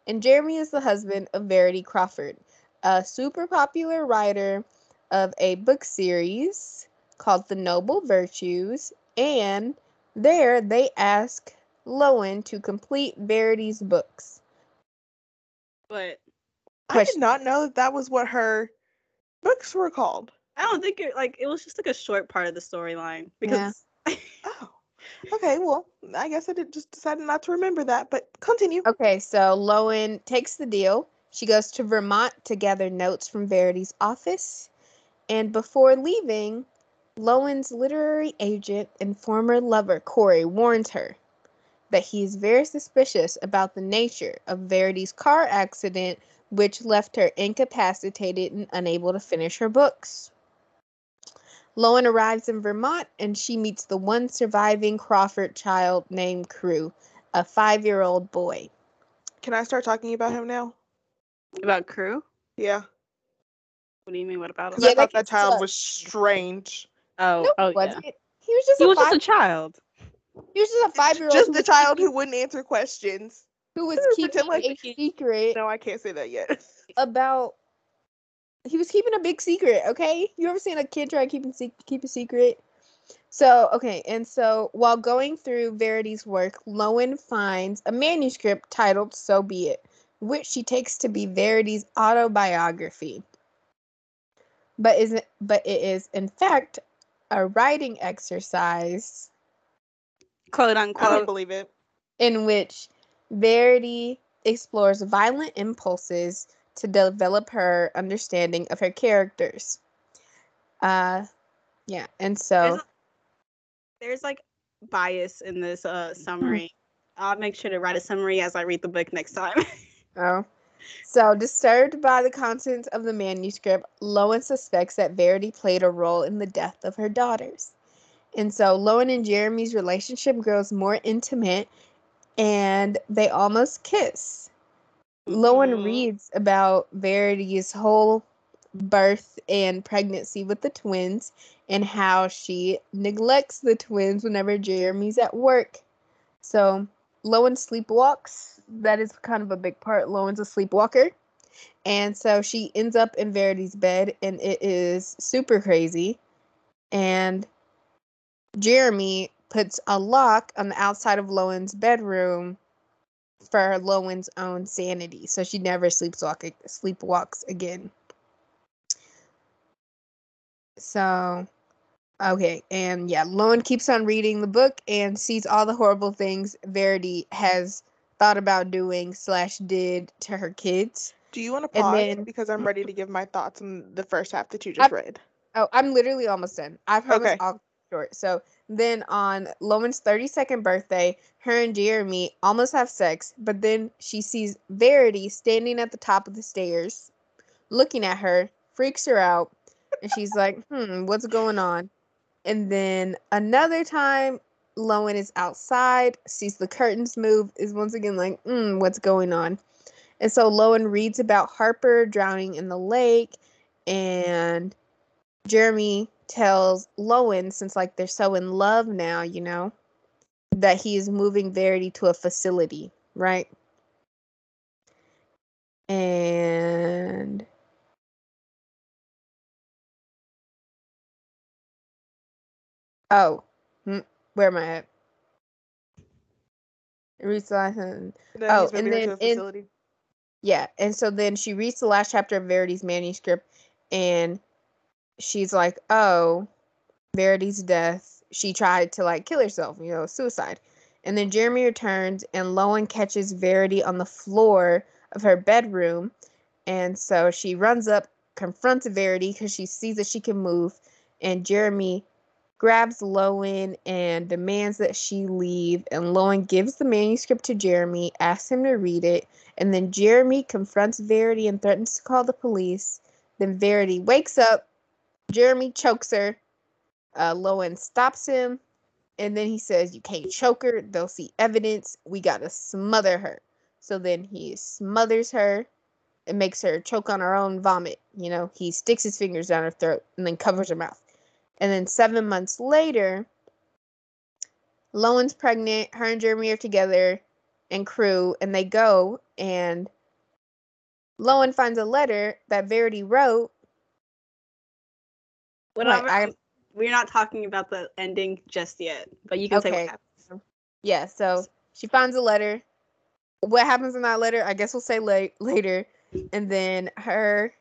Speaker 2: And Jeremy is the husband of Verity Crawford, a super popular writer of a book series called The Noble Virtues, and there they ask Lowen to complete Verity's books.
Speaker 1: But
Speaker 3: I did
Speaker 2: Question.
Speaker 3: not know that that was what her books were called.
Speaker 1: I don't think it like it was just like a short part of the storyline because
Speaker 3: Oh. Okay, well, I guess I did just decided not to remember that, but continue.
Speaker 2: Okay, so Lowen takes the deal. She goes to Vermont to gather notes from Verity's office. And before leaving, Lowen's literary agent and former lover, Corey, warns her that he is very suspicious about the nature of Verity's car accident, which left her incapacitated and unable to finish her books. Lowen arrives in Vermont and she meets the one surviving Crawford child named Crew, a five year old boy.
Speaker 3: Can I start talking about him now?
Speaker 1: about crew.
Speaker 3: Yeah.
Speaker 1: What do you mean? What about
Speaker 3: 'Cause
Speaker 1: us?
Speaker 2: Yeah,
Speaker 3: I
Speaker 2: that
Speaker 3: thought that
Speaker 2: kid's
Speaker 3: child
Speaker 2: sucks.
Speaker 3: was strange.
Speaker 1: Oh,
Speaker 2: No,
Speaker 1: oh
Speaker 2: he wasn't.
Speaker 1: yeah.
Speaker 2: He was just
Speaker 1: He
Speaker 2: a
Speaker 1: was just
Speaker 2: five.
Speaker 1: a child.
Speaker 2: he was just a five year old.
Speaker 3: Just the child who wouldn't answer questions.
Speaker 2: who was
Speaker 3: Pretend
Speaker 2: keeping
Speaker 3: like
Speaker 2: a
Speaker 1: he-
Speaker 2: secret
Speaker 3: No, I can't say that yet.
Speaker 2: about. He was keeping a big secret. Okay, you ever seen a kid try to keep a sec- keep a secret? So okay, and so while going through Verity's work, Lowen finds a manuscript titled "So Be It," which she takes to be Verity's autobiography. But isn't? But it is in fact a writing exercise
Speaker 1: Quote
Speaker 3: I don't
Speaker 1: unquote.
Speaker 3: believe it.
Speaker 2: in which Verity explores violent impulses to develop her understanding of her characters. Uh, yeah, and so
Speaker 1: There's, a- there's like bias in this uh summary. I'll make sure to write a summary as I read the book next time.
Speaker 2: Oh. So, disturbed by the contents of the manuscript, Lowen suspects that Verity played a role in the death of her daughters. And so, Lowen and Jeremy's relationship grows more intimate and they almost kiss. Lowen
Speaker 3: Mhm.
Speaker 2: reads about Verity's whole birth and pregnancy with the twins and how she neglects the twins whenever Jeremy's at work. So Lowen sleepwalks. That is kind of a big part. Lowen's a sleepwalker. And so she ends up in Verity's bed and it is super crazy. And Jeremy puts a lock on the outside of Lowen's bedroom for Lowen's own sanity, so she never sleepwalk sleepwalks again. So, okay, and yeah, Lowen keeps on reading the book and sees all the horrible things Verity has thought about doing slash did to her kids.
Speaker 3: Do you want to
Speaker 2: And
Speaker 3: pause
Speaker 2: then-
Speaker 3: because I'm ready to give my thoughts on the first half that you just
Speaker 2: I-
Speaker 3: read?
Speaker 2: Oh, I'm literally almost done. I've heard
Speaker 3: Okay.
Speaker 2: okay. all short. So then on Lowen's 32nd birthday, her and Jeremy almost have sex, but then she sees Verity standing at the top of the stairs, looking at her, freaks her out, and she's like, hmm, what's going on? And then another time, Lowen is outside, sees the curtains move, is once again like, hmm, what's going on? And so Lowen reads about Harper drowning in the lake and Jeremy tells Lowen, since like they're so in love now, you know, that he is moving Verity to a facility, right? And oh, hmm, where am I at? Reads the last sentence.
Speaker 3: Then
Speaker 2: Oh,
Speaker 3: he's
Speaker 2: and
Speaker 3: moving her
Speaker 2: then
Speaker 3: to a
Speaker 2: in-
Speaker 3: facility.
Speaker 2: Yeah, and so then she reads the last chapter of Verity's manuscript, and she's like, "Oh, Verity's death. She tried to like kill herself, you know, suicide." And then Jeremy returns, and Lowen catches Verity on the floor of her bedroom, and so she runs up, confronts Verity because she sees that she can move, and Jeremy grabs Lowen and demands that she leave. And Lowen gives the manuscript to Jeremy, asks him to read it, and then Jeremy confronts Verity and threatens to call the police. Then Verity wakes up. Jeremy chokes her. Uh, Lowen stops him. And then he says, You can't choke her. They'll see evidence. We got to smother her. So then he smothers her and makes her choke on her own vomit. You know, he sticks his fingers down her throat and then covers her mouth. And then seven months later, Lowen's pregnant. Her and Jeremy are together and crew, and they go and Lowen finds a letter that Verity wrote.
Speaker 1: Whatever.
Speaker 2: I-
Speaker 1: we're not talking about the ending just yet, but you can say
Speaker 2: Okay.
Speaker 1: what happens.
Speaker 2: Yeah, so she finds a letter. What happens in that letter? I guess we'll say la- later. And then her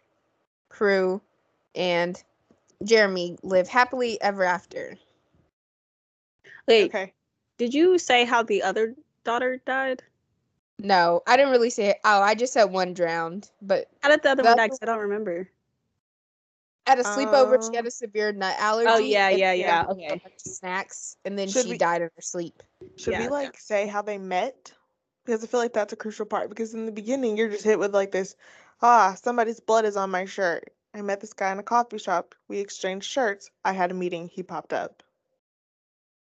Speaker 2: crew and Jeremy live happily ever after.
Speaker 1: Wait,
Speaker 3: Okay.
Speaker 1: did you say how the other daughter died?
Speaker 2: No, I didn't really say it. Oh, I just said one drowned, but
Speaker 1: How did the other one die? 'Cause
Speaker 2: That's-
Speaker 1: I don't remember.
Speaker 2: at a sleepover, she had
Speaker 3: Um,
Speaker 2: a severe nut allergy.
Speaker 1: Oh yeah,
Speaker 2: and
Speaker 1: yeah,
Speaker 3: yeah.
Speaker 1: yeah.
Speaker 2: a bunch
Speaker 1: Okay.
Speaker 2: of Snacks, and then
Speaker 3: Should
Speaker 2: she
Speaker 3: we-
Speaker 2: died in her sleep.
Speaker 3: Should
Speaker 1: Yeah.
Speaker 3: we like say how they met? Because I feel like that's a crucial part. Because in the beginning, you're just hit with like this, ah, somebody's blood is on my shirt. I met this guy in a coffee shop. We exchanged shirts. I had a meeting. He popped up.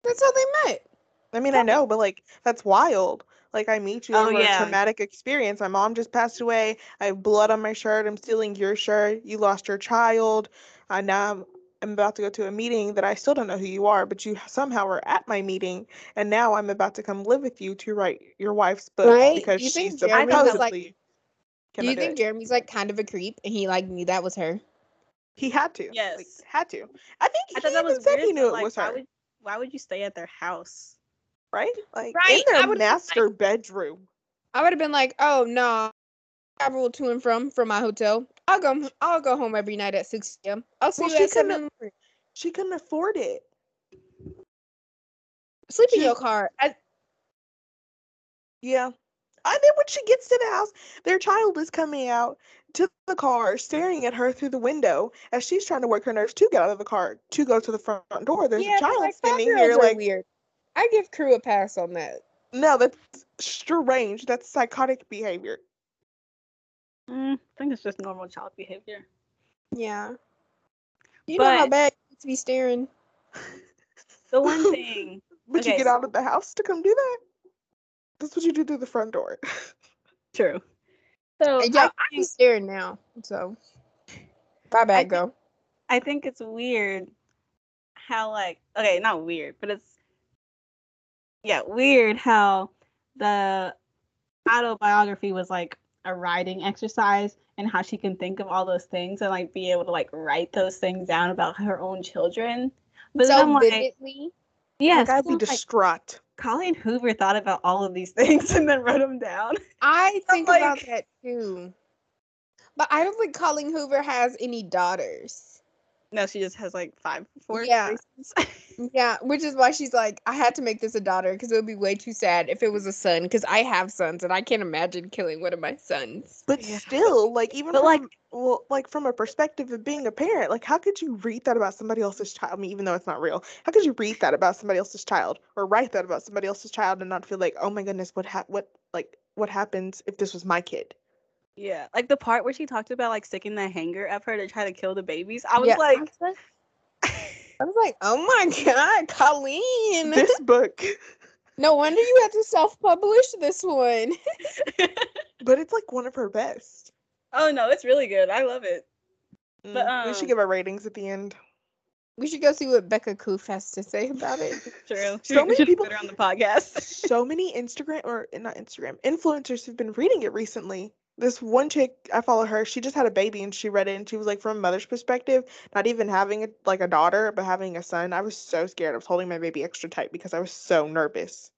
Speaker 2: That's how they met.
Speaker 3: I mean, I
Speaker 1: Right.
Speaker 3: know, but like that's wild. Like I meet you
Speaker 1: Oh,
Speaker 3: over
Speaker 1: yeah.
Speaker 3: a traumatic experience. My mom just passed away. I have blood on my shirt. I'm stealing your shirt. You lost your child. I now I'm, I'm about to go to a meeting that I still don't know who you are, but you somehow are at my meeting, and now I'm about to come live with you to write your wife's book
Speaker 2: Right?
Speaker 3: because
Speaker 2: Do you
Speaker 3: she's
Speaker 2: think Jeremy has, like-
Speaker 3: supposedly. Can
Speaker 2: do
Speaker 3: I
Speaker 2: you think
Speaker 3: it?
Speaker 2: Jeremy's like kind of a creep, and he like knew that was her?
Speaker 3: he had to? like,
Speaker 1: Yes.
Speaker 3: had to. I think
Speaker 1: I
Speaker 3: he
Speaker 1: thought that was
Speaker 3: even said
Speaker 1: weird.
Speaker 3: he
Speaker 1: though,
Speaker 3: knew
Speaker 1: like,
Speaker 3: it was her,
Speaker 1: Why would, why would you stay at their house?
Speaker 3: right? Like in
Speaker 2: Right, I
Speaker 3: their
Speaker 2: would've been like-
Speaker 3: master bedroom.
Speaker 2: I would have been like, oh no, I travel to and from from my hotel. I'll go. I'll go home every night at six p.m. I'll see
Speaker 3: Well,
Speaker 2: you
Speaker 3: she
Speaker 2: at seven.
Speaker 3: couldn't-
Speaker 2: in the morning.
Speaker 3: She couldn't afford it.
Speaker 2: Sleep in
Speaker 3: she-
Speaker 2: your car. I,
Speaker 3: Yeah. And then when she gets to the house, their child is coming out to the car, staring at her through the window as she's trying to work her nerves to get out of the car to go to the front door. There's
Speaker 2: yeah,
Speaker 3: a
Speaker 2: but,
Speaker 3: child
Speaker 2: like,
Speaker 3: standing
Speaker 2: five-year-olds
Speaker 3: here,
Speaker 2: are
Speaker 3: like,
Speaker 2: weird. I give crew a pass on that.
Speaker 3: no, that's strange. That's psychotic behavior.
Speaker 1: Mm, I think it's just normal child behavior.
Speaker 2: Yeah. You know how
Speaker 1: But-
Speaker 2: bad you to be staring.
Speaker 1: The one thing.
Speaker 3: But you
Speaker 1: Okay,
Speaker 3: get
Speaker 1: so-
Speaker 3: out of the house to come do that? That's what you do through the front door.
Speaker 1: True. So I
Speaker 2: yeah, I'm
Speaker 1: think,
Speaker 2: staring now. So, my bad,
Speaker 1: think-
Speaker 2: girl.
Speaker 1: I think it's weird how like okay, not weird, but it's yeah, weird how the autobiography was like a writing exercise and how she can think of all those things and like be able to like write those things down about her own children. But then
Speaker 2: So
Speaker 1: I'm like,
Speaker 2: vividly,
Speaker 1: Yeah,
Speaker 3: like, I'd be
Speaker 1: so, like,
Speaker 3: distraught.
Speaker 1: Colin Hoover thought about all of these things and then wrote them down.
Speaker 2: I think about
Speaker 1: like-
Speaker 2: that too. But I don't think Colleen Hoover has any daughters.
Speaker 1: No, she just has like five, four.
Speaker 2: Yeah.
Speaker 1: reasons.
Speaker 2: Yeah, which is why she's like, I had to make this a daughter because it would be way too sad if it was a son because I have sons and I can't imagine killing one of my sons.
Speaker 3: But
Speaker 1: Yeah.
Speaker 3: still, like even
Speaker 1: But,
Speaker 3: from,
Speaker 1: like-
Speaker 3: well, like from a perspective of being a parent, like how could you read that about somebody else's child? I mean, even though it's not real, how could you read that about somebody else's child or write that about somebody else's child and not feel like, oh my goodness, what ha- what like what happens if this was my kid?
Speaker 1: yeah, like the part where she talked about like sticking the hanger up her to try to kill the babies. I was
Speaker 2: Yeah.
Speaker 1: like,
Speaker 2: I was like, oh my god, Colleen.
Speaker 3: This book,
Speaker 2: no wonder you had to self publish this one.
Speaker 3: but it's like one of her best.
Speaker 1: oh no, it's really good. I love it. But,
Speaker 3: Mm, we
Speaker 1: um,
Speaker 3: should give our ratings at the end.
Speaker 2: We should go see what Becca Koof has to say about it.
Speaker 1: True.
Speaker 3: So many
Speaker 1: Should
Speaker 3: people-
Speaker 1: put her on the podcast.
Speaker 3: so many Instagram or not Instagram influencers have been reading it recently. This one chick I follow her, she just had a baby and she read it and she was like from a mother's perspective, not even having a, like a daughter but having a son. I was so scared. I was holding my baby extra tight because I was so nervous.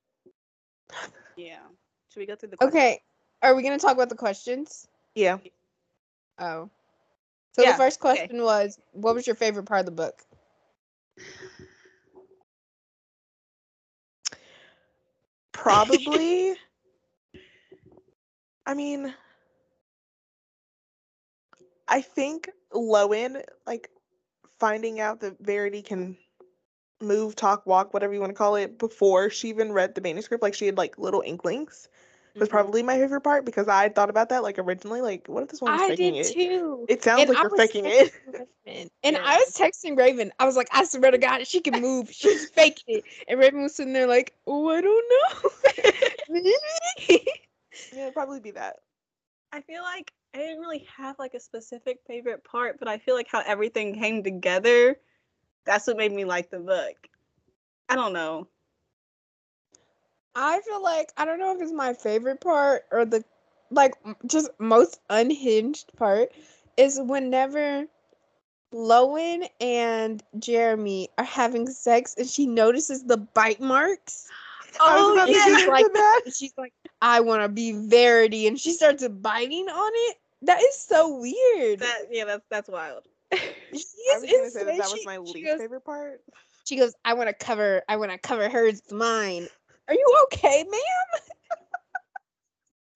Speaker 1: Yeah. Should we go through the questions?
Speaker 2: Okay, are we going to talk about the questions?
Speaker 3: Yeah.
Speaker 2: Oh. So
Speaker 1: Yeah,
Speaker 2: the first
Speaker 1: okay.
Speaker 2: question was, what was your favorite part of the book?
Speaker 3: Probably I mean I think Lowen like finding out that Verity can move, talk, walk, whatever you want to call it, before she even read the manuscript, like she had like little inklings. was
Speaker 2: Mm-hmm.
Speaker 1: Mhm.
Speaker 3: probably my favorite part because I had thought about that like originally, like what if this one's
Speaker 2: I
Speaker 3: faking
Speaker 2: did
Speaker 3: it?
Speaker 2: too.
Speaker 3: It sounds
Speaker 2: And
Speaker 3: like
Speaker 2: I
Speaker 3: you're
Speaker 2: was
Speaker 3: faking it.
Speaker 2: texting Raven, And
Speaker 1: Yeah.
Speaker 2: I was texting Raven. I was like, I swear to God, she can move. She's faking it. And Raven was sitting there like, oh, I don't know.
Speaker 3: Yeah, it'd probably be that.
Speaker 1: I feel like I didn't really have like a specific favorite part, but I feel like how everything came together, that's what made me like the book. I don't know.
Speaker 2: I feel like, I don't know if it's my favorite part or the, like, m- just most unhinged part is whenever Lowen and Jeremy are having sex and she notices the bite marks.
Speaker 3: I was about
Speaker 2: yeah.
Speaker 3: to
Speaker 2: She's
Speaker 3: get into
Speaker 2: like-
Speaker 3: Oh, that.
Speaker 2: And she's like, I want to be Verity. And she starts biting on it. That is so weird.
Speaker 1: That yeah, that's that's wild.
Speaker 2: She is
Speaker 3: I was gonna say that,
Speaker 2: insane.
Speaker 3: that was
Speaker 2: She-
Speaker 3: my
Speaker 2: she
Speaker 3: least
Speaker 2: goes-
Speaker 3: favorite part.
Speaker 2: She goes, I want to cover, I want to cover hers with mine. Are you okay, ma'am?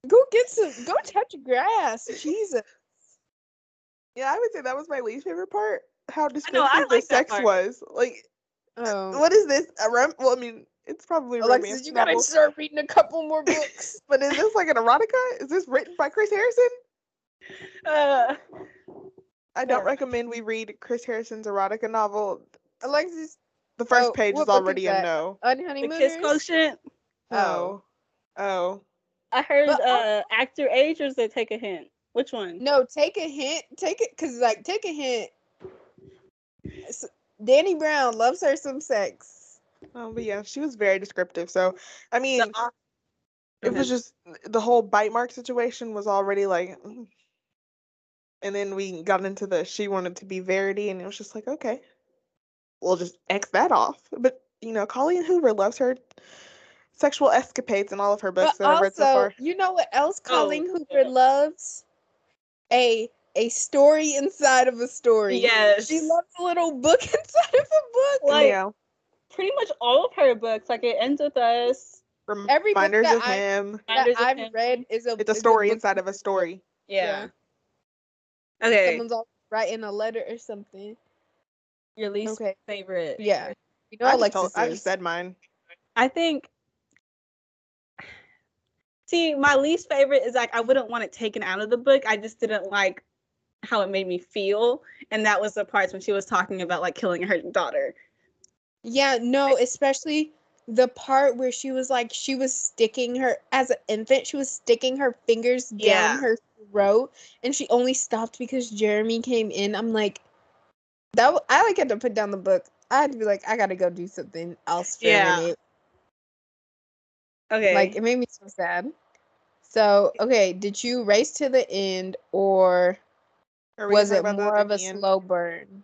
Speaker 2: go get some, go touch grass. Jesus.
Speaker 3: Yeah, I would say that was my least favorite part. How descriptive
Speaker 1: I
Speaker 3: the
Speaker 1: like that
Speaker 3: sex
Speaker 1: part.
Speaker 3: was. Like,
Speaker 2: Oh.
Speaker 3: what is this? A rom- well, I mean, it's probably a
Speaker 2: Alexis,
Speaker 3: romance
Speaker 2: you gotta
Speaker 3: novel,
Speaker 2: start reading a couple more books.
Speaker 3: but is this like an erotica? Is this written by Chris Harrison?
Speaker 1: Uh,
Speaker 3: I don't
Speaker 1: Yeah.
Speaker 3: recommend we read Chris Harrison's erotica novel.
Speaker 2: Alexis,
Speaker 3: The first
Speaker 2: Oh,
Speaker 3: page
Speaker 2: what
Speaker 3: is
Speaker 2: book is
Speaker 3: already a
Speaker 2: that?
Speaker 3: no.
Speaker 2: on
Speaker 1: the kiss
Speaker 2: honeymooners.
Speaker 1: quotient.
Speaker 3: Oh, oh.
Speaker 1: I heard
Speaker 2: But
Speaker 1: uh actor age or does it take a hint? Which one?
Speaker 2: No, take a hint. Take it, cause like take a hint. S- Danny Brown loves her some sex.
Speaker 3: Oh, but yeah, she was very descriptive. So, I mean,
Speaker 1: The au-
Speaker 3: it was
Speaker 1: Okay.
Speaker 3: just the whole bite mark situation was already like, mm. and then we got into the she wanted to be Verity, and it was just like, okay, we'll just X that off. But you know, Colleen Hoover loves her sexual escapades in all of her books
Speaker 2: but
Speaker 3: that I've read so
Speaker 2: also,
Speaker 3: far.
Speaker 2: you know what else Colleen
Speaker 1: Oh,
Speaker 2: Hoover
Speaker 1: yeah.
Speaker 2: loves? A a story inside of a story.
Speaker 1: Yes.
Speaker 2: She loves a little book inside of a book.
Speaker 1: Like-
Speaker 3: yeah,
Speaker 1: Pretty much all of her books. Like it ends with us.
Speaker 2: every book
Speaker 3: reminders
Speaker 2: that
Speaker 3: of
Speaker 2: I-
Speaker 3: him.
Speaker 2: that
Speaker 1: Finders of
Speaker 2: I've
Speaker 1: Him.
Speaker 2: read is a
Speaker 3: It's a
Speaker 2: is
Speaker 3: story
Speaker 2: book
Speaker 3: inside of a story.
Speaker 1: Yeah.
Speaker 2: Yeah.
Speaker 1: Okay.
Speaker 2: Someone's all writing a letter or something.
Speaker 1: Your least
Speaker 2: Okay.
Speaker 1: favorite.
Speaker 2: Yeah. You know
Speaker 3: I, just
Speaker 2: Alexis
Speaker 3: told, I just
Speaker 2: is.
Speaker 3: said mine.
Speaker 1: I think. See, my least favorite is like I wouldn't want it taken out of the book. I just didn't like how it made me feel, and that was the parts when she was talking about like killing her daughter.
Speaker 2: Yeah, no, especially the part where she was like, she was sticking her, as an infant, she was sticking her fingers down
Speaker 1: Yeah.
Speaker 2: her throat, and she only stopped because Jeremy came in. I'm like, that w- I like had to put down the book. I had to be like, I gotta go do something else for
Speaker 1: Yeah.
Speaker 2: a minute.
Speaker 1: Okay,
Speaker 2: Like, it made me so sad. So, okay, did you race to the end, or
Speaker 3: Are we gonna
Speaker 2: was
Speaker 3: talk
Speaker 2: it
Speaker 3: about that
Speaker 2: more
Speaker 3: at
Speaker 2: of a
Speaker 3: the end?
Speaker 2: slow burn?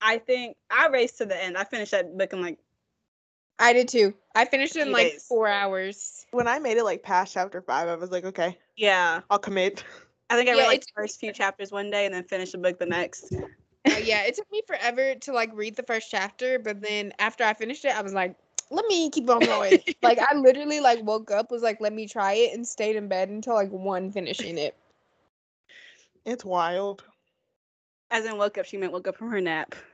Speaker 1: I think I raced to the end. I finished that book in like
Speaker 2: I did too. I finished it in
Speaker 1: Few
Speaker 2: like
Speaker 1: days.
Speaker 2: four hours.
Speaker 3: When I made it like past chapter five, I was like, okay,
Speaker 1: Yeah,
Speaker 3: I'll commit.
Speaker 1: I think I
Speaker 2: Yeah,
Speaker 1: read like
Speaker 2: it's-
Speaker 1: the first few chapters one day and then finished the book the next.
Speaker 2: Uh, yeah, it took me forever to like read the first chapter, but then after I finished it, I was like, let me keep on going. like I literally like woke up, was like, let me try it, and stayed in bed until like one finishing it.
Speaker 3: It's wild.
Speaker 1: As in woke up, she meant woke up from her nap.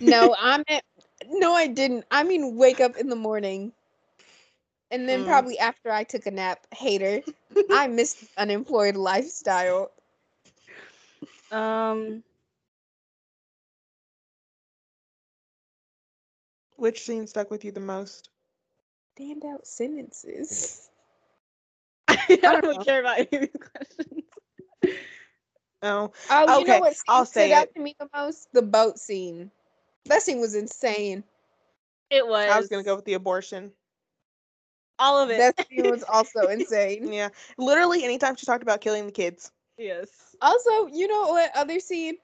Speaker 2: No, I meant no, I didn't. I mean wake up in the morning. And then
Speaker 3: Mm.
Speaker 2: probably after I took a nap, hater. I missed the unemployed lifestyle.
Speaker 1: Um,
Speaker 3: Which scene stuck with you the most?
Speaker 2: Damned out sentences.
Speaker 1: I
Speaker 2: don't
Speaker 1: don't,
Speaker 2: know.
Speaker 1: care about any of these questions.
Speaker 3: Oh,
Speaker 2: Oh, you know
Speaker 3: Okay,
Speaker 2: what scene
Speaker 3: I'll say
Speaker 2: stood out
Speaker 3: it.
Speaker 2: to me the most? The boat scene. That scene was insane.
Speaker 1: It was.
Speaker 3: I was gonna go with the abortion.
Speaker 1: all of it.
Speaker 2: That scene was also insane.
Speaker 3: Yeah, literally anytime she talked about killing the kids.
Speaker 1: yes.
Speaker 2: Also, you know what other scene?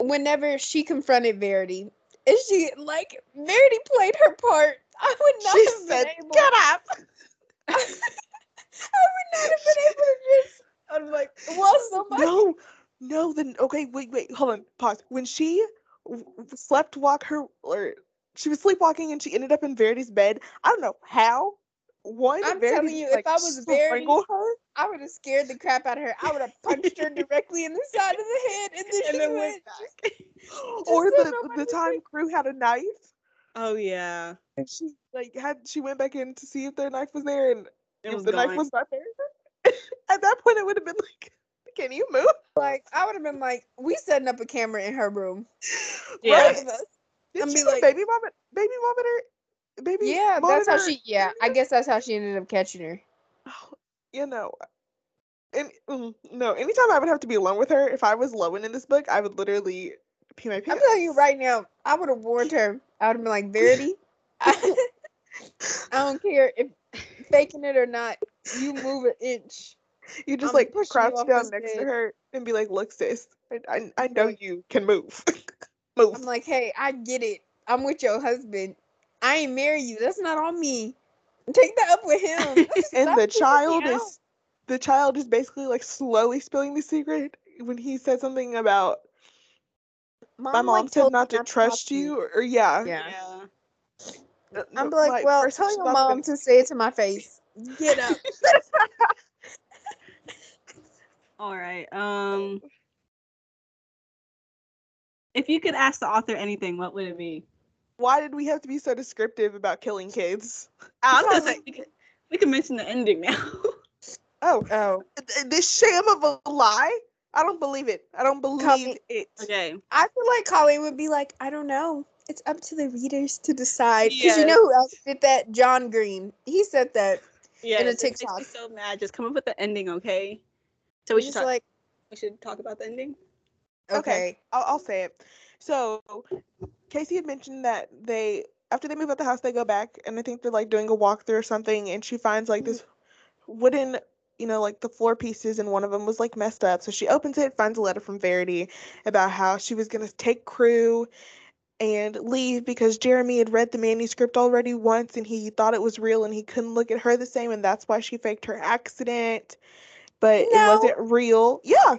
Speaker 2: Whenever she confronted Verity, and she like Verity played her part. I would not
Speaker 3: She
Speaker 2: have
Speaker 3: said,
Speaker 2: been able.
Speaker 3: "Get up!"
Speaker 2: I would not have been able to just. I'm like, well, somebody.
Speaker 3: No, no. Then okay, wait, wait, hold on, pause. When she w- w- slept walk her, or she was sleepwalking and she ended up in Verity's bed. I don't know how. One,
Speaker 2: I'm
Speaker 3: Verity
Speaker 2: telling
Speaker 3: didn't,
Speaker 2: you, if
Speaker 3: like,
Speaker 2: I was Verity-
Speaker 3: strangle her.
Speaker 2: I would have scared the crap out of her. I would have punched her directly in the side of the head, and then she went.
Speaker 1: back.
Speaker 3: or
Speaker 2: so
Speaker 3: the the
Speaker 2: nobody's
Speaker 3: time crew had a knife
Speaker 1: Oh yeah.
Speaker 3: and she like had she went back in to see if their knife was there and
Speaker 1: It
Speaker 3: if
Speaker 1: was
Speaker 3: the
Speaker 1: gone.
Speaker 3: knife was not there. At that point, it would have been like, "Can you move?"
Speaker 2: Like, I would have been like, we setting up a camera in her room.
Speaker 1: Yeah.
Speaker 2: Both of us.
Speaker 3: Did
Speaker 2: And
Speaker 3: she
Speaker 2: be
Speaker 3: put
Speaker 2: like-
Speaker 3: baby mom, baby mom, and her, baby?
Speaker 2: Yeah,
Speaker 3: mom
Speaker 2: that's
Speaker 3: and
Speaker 2: how
Speaker 3: her-
Speaker 2: she. Yeah, I guess that's how she ended up catching her.
Speaker 3: Oh, you know, and mm, no, anytime I would have to be alone with her, if I was alone in this book, I would literally pee my
Speaker 2: I'm
Speaker 3: pants.
Speaker 2: telling you right now, I would have warned her. I would have been like, Verity, I, I don't care if faking it or not. You move an inch.
Speaker 3: You just
Speaker 2: I'ma
Speaker 3: like
Speaker 2: push you
Speaker 3: crouch
Speaker 2: off
Speaker 3: down
Speaker 2: this
Speaker 3: next to
Speaker 2: bed.
Speaker 3: her and be like, "Look, sis, I I, I know you can move, move."
Speaker 2: I'm like, hey, I get it. I'm with your husband. I ain't marry you. That's not on me. Take that up with him.
Speaker 3: and
Speaker 2: Stop
Speaker 3: the
Speaker 2: freaking me
Speaker 3: child
Speaker 2: out.
Speaker 3: is the child is basically like slowly spilling the secret when he said something about my mom
Speaker 2: like, told
Speaker 3: said
Speaker 2: me
Speaker 3: not to trust you or, or yeah.
Speaker 2: Yeah.
Speaker 1: Yeah.
Speaker 3: uh,
Speaker 2: I'm
Speaker 3: no,
Speaker 2: like,
Speaker 3: my
Speaker 2: well,
Speaker 3: first
Speaker 2: tell
Speaker 3: was
Speaker 2: your
Speaker 3: not
Speaker 2: mom
Speaker 3: gonna-
Speaker 2: to say it to my face. Get up.
Speaker 1: All right. Um. If you could ask the author anything, what would it be?
Speaker 3: Why did we have to be so descriptive about killing kids?
Speaker 1: I was gonna say we could, we could mention the ending now.
Speaker 3: Oh,
Speaker 2: oh,
Speaker 3: th- this sham of a lie? I don't believe it. I don't believe
Speaker 2: Coming-
Speaker 3: it.
Speaker 1: okay.
Speaker 2: I feel like Colleen would be like, I don't know. It's up to the readers to decide. Because you
Speaker 1: Yes.
Speaker 2: know who else did that? John Green. He said that.
Speaker 1: Yeah.
Speaker 2: a
Speaker 1: it makes me
Speaker 2: TikTok.
Speaker 1: so mad. Just come up with the ending, okay? So we
Speaker 2: He's
Speaker 1: should
Speaker 2: just
Speaker 1: talk.
Speaker 2: like,
Speaker 1: we should talk about the ending.
Speaker 2: okay.
Speaker 3: I'll, I'll say it. So, Casey had mentioned that they, after they move out the house, they go back, and I think they're like doing a walkthrough or something, and she finds like this wooden, you know, like the floor pieces, and one of them was like messed up. So she opens it, finds a letter from Verity about how she was gonna take crew and leave because Jeremy had read the manuscript already once, and he thought it was real, and he couldn't look at her the same, and that's why she faked her accident, but
Speaker 2: No.
Speaker 3: it wasn't real. Yeah.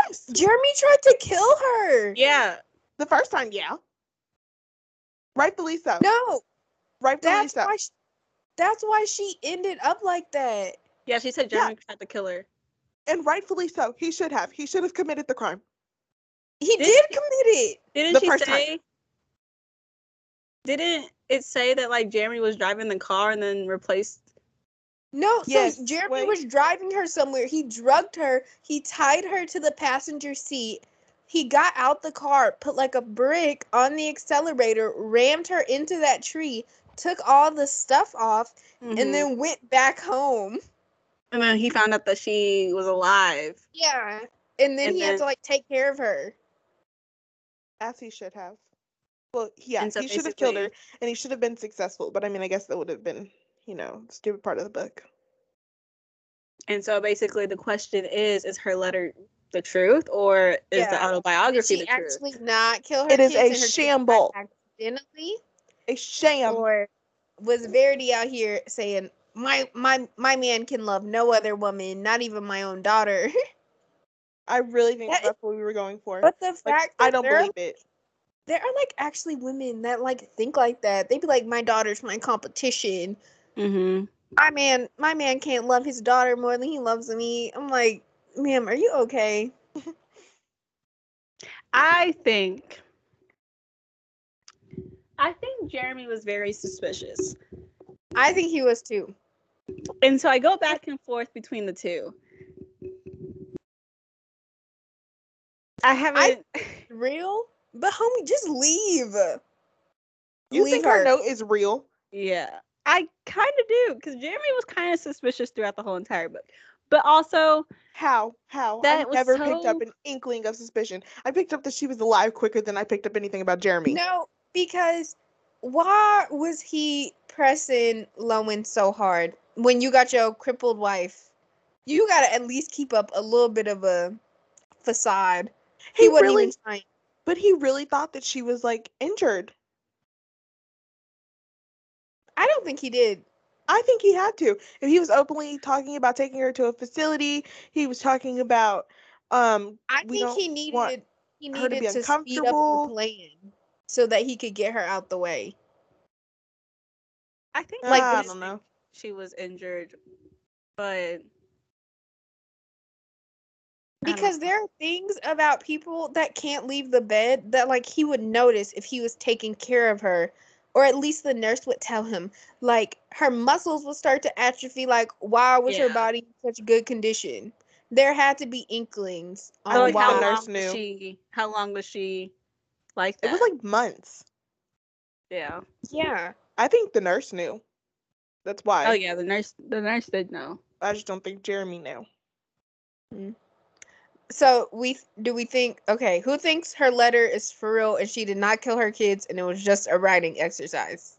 Speaker 3: Yes.
Speaker 2: Jeremy tried to kill her.
Speaker 1: Yeah.
Speaker 3: The first time, yeah. Rightfully so.
Speaker 2: No,
Speaker 3: Rightfully
Speaker 2: that's
Speaker 3: so.
Speaker 2: why. She, that's why she ended up like that.
Speaker 1: Yeah. She said
Speaker 3: Yeah.
Speaker 1: Jeremy tried to kill her.
Speaker 3: and rightfully so. He should have. He should have committed the crime.
Speaker 2: He
Speaker 1: Did
Speaker 2: did,
Speaker 1: she?
Speaker 2: commit it.
Speaker 1: Didn't
Speaker 3: The
Speaker 1: she
Speaker 3: first time.
Speaker 1: say? Didn't it say that like Jeremy was driving the car and then replaced?
Speaker 2: No,
Speaker 3: Yes,
Speaker 2: so Jeremy
Speaker 3: wait.
Speaker 2: was driving her somewhere. He drugged her. He tied her to the passenger seat. He got out the car, put like a brick on the accelerator, rammed her into that tree, took all the stuff off,
Speaker 1: Mhm.
Speaker 3: Mm-hmm.
Speaker 2: and then went back home.
Speaker 1: and then he found out that she was alive.
Speaker 2: Yeah. And then
Speaker 1: And
Speaker 2: he had
Speaker 1: then-
Speaker 2: to like take care of her.
Speaker 3: As he should have. Well, yeah,
Speaker 1: And so
Speaker 3: he should have killed her,
Speaker 1: basically-
Speaker 3: and he should have been successful. But I mean, I guess that would have been, you know, the stupid part of the book.
Speaker 1: And so basically, the question is: Is her letter the truth, or is the
Speaker 2: Yeah.
Speaker 1: autobiography
Speaker 2: Did she
Speaker 1: the truth?
Speaker 2: actually not kill her?
Speaker 3: It is
Speaker 2: kids
Speaker 3: a
Speaker 2: and her kids died
Speaker 3: shamble.
Speaker 2: Accidentally?
Speaker 3: A sham.
Speaker 2: or was Verity out here saying my my my man can love no other woman, not even my own daughter?
Speaker 3: I really think
Speaker 2: That is-
Speaker 3: that's what we were going for.
Speaker 2: but the
Speaker 3: Like,
Speaker 2: fact
Speaker 3: I
Speaker 2: that
Speaker 3: don't
Speaker 2: there are-
Speaker 3: believe it.
Speaker 2: there are like actually women that like think like that. They be like, my daughter's my competition.
Speaker 1: Mm-hmm.
Speaker 2: My man, my man can't love his daughter more than he loves me. I'm like, ma'am, are you okay?
Speaker 1: I think. I think Jeremy was very suspicious.
Speaker 2: I think he was too.
Speaker 1: And so I go back and forth between the two. I haven't.
Speaker 2: Real, but homie, just leave.
Speaker 3: You
Speaker 2: Leave
Speaker 3: think
Speaker 2: her.
Speaker 3: our note is real?
Speaker 1: Yeah, I kind of do because Jeremy was kind of suspicious throughout the whole entire book. But also,
Speaker 3: How? How? I
Speaker 1: That was
Speaker 3: never picked
Speaker 1: so-
Speaker 3: up an inkling of suspicion. I picked up that she was alive quicker than I picked up anything about Jeremy.
Speaker 2: No, because why was he pressing Lowen so hard when you got your crippled wife? You gotta at least keep up a little bit of a facade. He,
Speaker 3: he
Speaker 2: wasn't
Speaker 3: really,
Speaker 2: even trying.
Speaker 3: but he really thought that she was like injured.
Speaker 2: I don't think he did.
Speaker 3: I think he had to. If he was openly talking about taking her to a facility, he was talking about um
Speaker 2: I
Speaker 3: We
Speaker 2: think
Speaker 3: don't
Speaker 2: he needed
Speaker 3: want
Speaker 2: he
Speaker 3: her to be
Speaker 2: needed to, speed up the
Speaker 3: uncomfortable.
Speaker 2: plan so that he could get her out the way.
Speaker 1: I think
Speaker 3: like
Speaker 1: like
Speaker 2: Ah,
Speaker 3: I
Speaker 1: this-
Speaker 3: don't know.
Speaker 1: she was injured, but I don't
Speaker 2: Because
Speaker 1: know.
Speaker 2: there are things about people that can't leave the bed that like he would notice if he was taking care of her. Or at least the nurse would tell him. Like her muscles would start to atrophy. Like, why was her
Speaker 1: Yeah.
Speaker 2: body in such good condition? There had to be inklings
Speaker 3: I
Speaker 2: on
Speaker 3: like
Speaker 2: why.
Speaker 3: how
Speaker 1: how
Speaker 3: nurse
Speaker 1: long was
Speaker 3: knew.
Speaker 1: she? How long was she like
Speaker 3: It was
Speaker 1: that?
Speaker 3: like months.
Speaker 1: yeah.
Speaker 2: yeah.
Speaker 3: I think the nurse knew. That's why.
Speaker 1: Oh yeah, the nurse. The nurse did know.
Speaker 3: I just don't think Jeremy knew.
Speaker 2: So we do we think okay, who thinks her letter is for real and she did not kill her kids and it was just a writing exercise?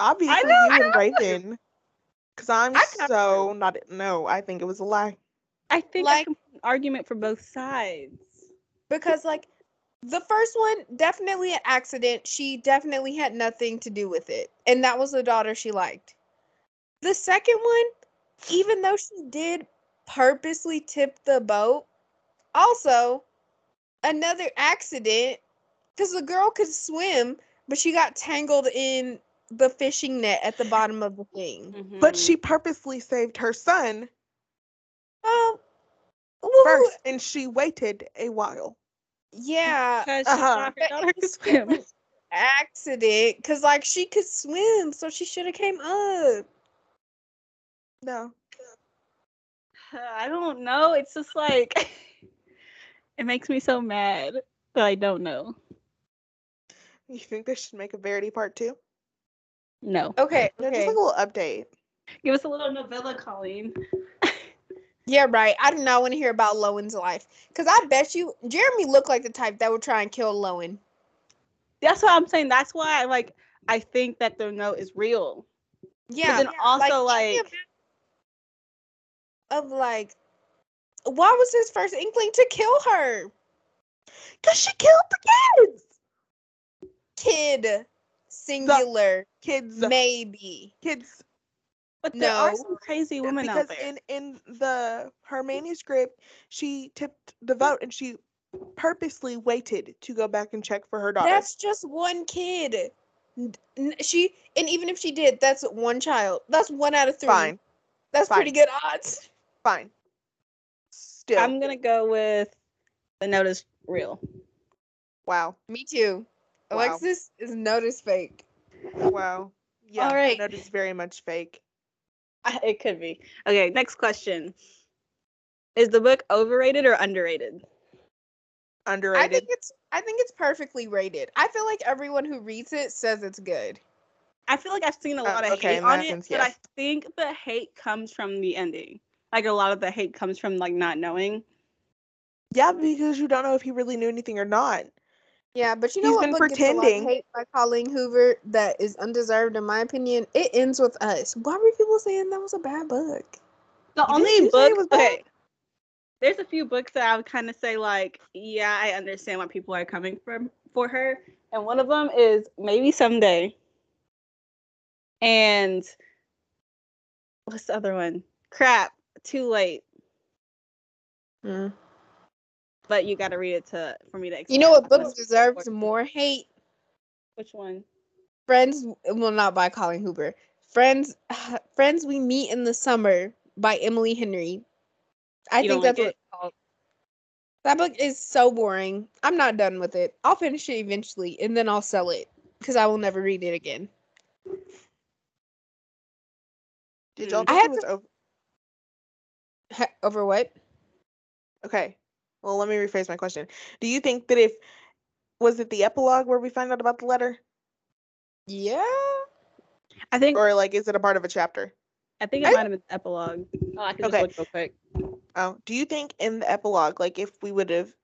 Speaker 3: Obviously,
Speaker 1: know, I
Speaker 3: you and Raven. Because I'm
Speaker 2: I kinda
Speaker 3: so not. No, I think it was a lie.
Speaker 1: I think I
Speaker 2: Like-
Speaker 1: can put an argument for both sides.
Speaker 2: because like the first one definitely an accident she definitely had nothing to do with it and that was the daughter she liked the second one even though she did purposely tip the boat also another accident because the girl could swim but she got tangled in the fishing net at the bottom of the thing
Speaker 3: But
Speaker 1: Mhm.
Speaker 3: she purposely saved her son
Speaker 2: oh well,
Speaker 3: first, and she waited a while.
Speaker 2: yeah
Speaker 1: because she
Speaker 3: uh-huh.
Speaker 1: thought her
Speaker 2: But
Speaker 1: daughter
Speaker 2: it
Speaker 1: could
Speaker 2: was
Speaker 1: swim.
Speaker 2: different accident because like she could swim so she should have came up
Speaker 3: No,
Speaker 1: I don't know. It's just like it makes me so mad that I don't know.
Speaker 3: you think they should make a Verity part two?
Speaker 1: No.
Speaker 2: okay
Speaker 3: No, just like a little update.
Speaker 1: Give us a little novella, Colleen.
Speaker 2: yeah right i do not want to hear about lowen's life because i bet you jeremy looked like the type that would try and kill lowen
Speaker 1: That's what I'm saying. That's why I like I think that the note is real.
Speaker 2: yeah
Speaker 1: But then also like,
Speaker 2: think of like why was his first inkling to kill her
Speaker 3: Cause she killed the kids.
Speaker 2: kid singular
Speaker 3: Kids.
Speaker 2: maybe
Speaker 3: kids.
Speaker 1: but there are
Speaker 2: no,
Speaker 1: some crazy women out
Speaker 3: because
Speaker 1: there.
Speaker 3: in in the
Speaker 2: Mm.
Speaker 3: her manuscript, she tipped the vote, and she purposely waited to go back and check for her daughter.
Speaker 2: that's just one kid N- n- she and even if she did that's one child that's one out of three
Speaker 3: fine.
Speaker 2: That's
Speaker 3: Fine.
Speaker 2: pretty good odds.
Speaker 3: Fine. Still.
Speaker 1: I'm gonna go with the note is real.
Speaker 3: wow.
Speaker 2: Me too.
Speaker 3: Wow.
Speaker 2: Alexis is notice fake.
Speaker 3: Wow. Yeah.
Speaker 1: All
Speaker 3: All
Speaker 1: right.
Speaker 3: right. Note is very much fake.
Speaker 1: It could be. Okay, next question. Is the book overrated or underrated?
Speaker 2: I
Speaker 3: Underrated.
Speaker 2: think it's I think it's perfectly rated. I feel like everyone who reads it says it's good.
Speaker 1: I feel like I've seen a
Speaker 3: Oh,
Speaker 1: lot of
Speaker 3: okay,
Speaker 1: hate
Speaker 3: in
Speaker 1: on
Speaker 3: that
Speaker 1: it,
Speaker 3: sense,
Speaker 1: but
Speaker 3: yes.
Speaker 1: I think the hate comes from the ending. Like a lot of the hate comes from like not knowing.
Speaker 3: yeah, because you don't know if he really knew anything or not.
Speaker 2: Yeah, but you know
Speaker 3: He's
Speaker 2: what book
Speaker 3: been
Speaker 2: gets a lot
Speaker 3: pretending.
Speaker 2: of hate by Colleen Hoover that is undeserved in my opinion? It ends with us. Why were people saying that was a bad book?
Speaker 1: The
Speaker 3: You did-
Speaker 1: only
Speaker 3: you said it was
Speaker 1: book
Speaker 3: bad?
Speaker 1: okay. There's a few books that I would kind of say like, yeah, I understand why people are coming from for her, and one of them is maybe someday. And what's the other one? Crap, too late.
Speaker 2: Hmm.
Speaker 3: Mm.
Speaker 1: But you got to read it to for me to.
Speaker 2: You know what
Speaker 1: explain
Speaker 2: book
Speaker 1: what's
Speaker 2: deserves
Speaker 1: important.
Speaker 2: more hate?
Speaker 1: Which one?
Speaker 2: Friends, well, not by Colleen Hoover. Friends, Friends We Meet in the Summer by Emily Henry. I
Speaker 1: You don't like
Speaker 2: think that's what
Speaker 1: it? Oh.
Speaker 2: it's called. That book is so boring. I'm not done with it. I'll finish it eventually, and then I'll sell it because I will never read it again.
Speaker 3: Did y'all
Speaker 1: Mm.
Speaker 3: think
Speaker 2: I
Speaker 3: it
Speaker 2: had
Speaker 3: was over?
Speaker 2: Over what?
Speaker 3: Okay. Well, let me rephrase my question. Do you think that if was it the epilogue where we find out about the letter,
Speaker 2: Yeah.
Speaker 1: I think
Speaker 3: or like is it a part of a chapter?
Speaker 1: I think it
Speaker 2: I-
Speaker 1: might have been the epilogue. Oh, I can
Speaker 3: Okay.
Speaker 1: just look real quick.
Speaker 3: Oh, do you think in the epilogue, like if we would have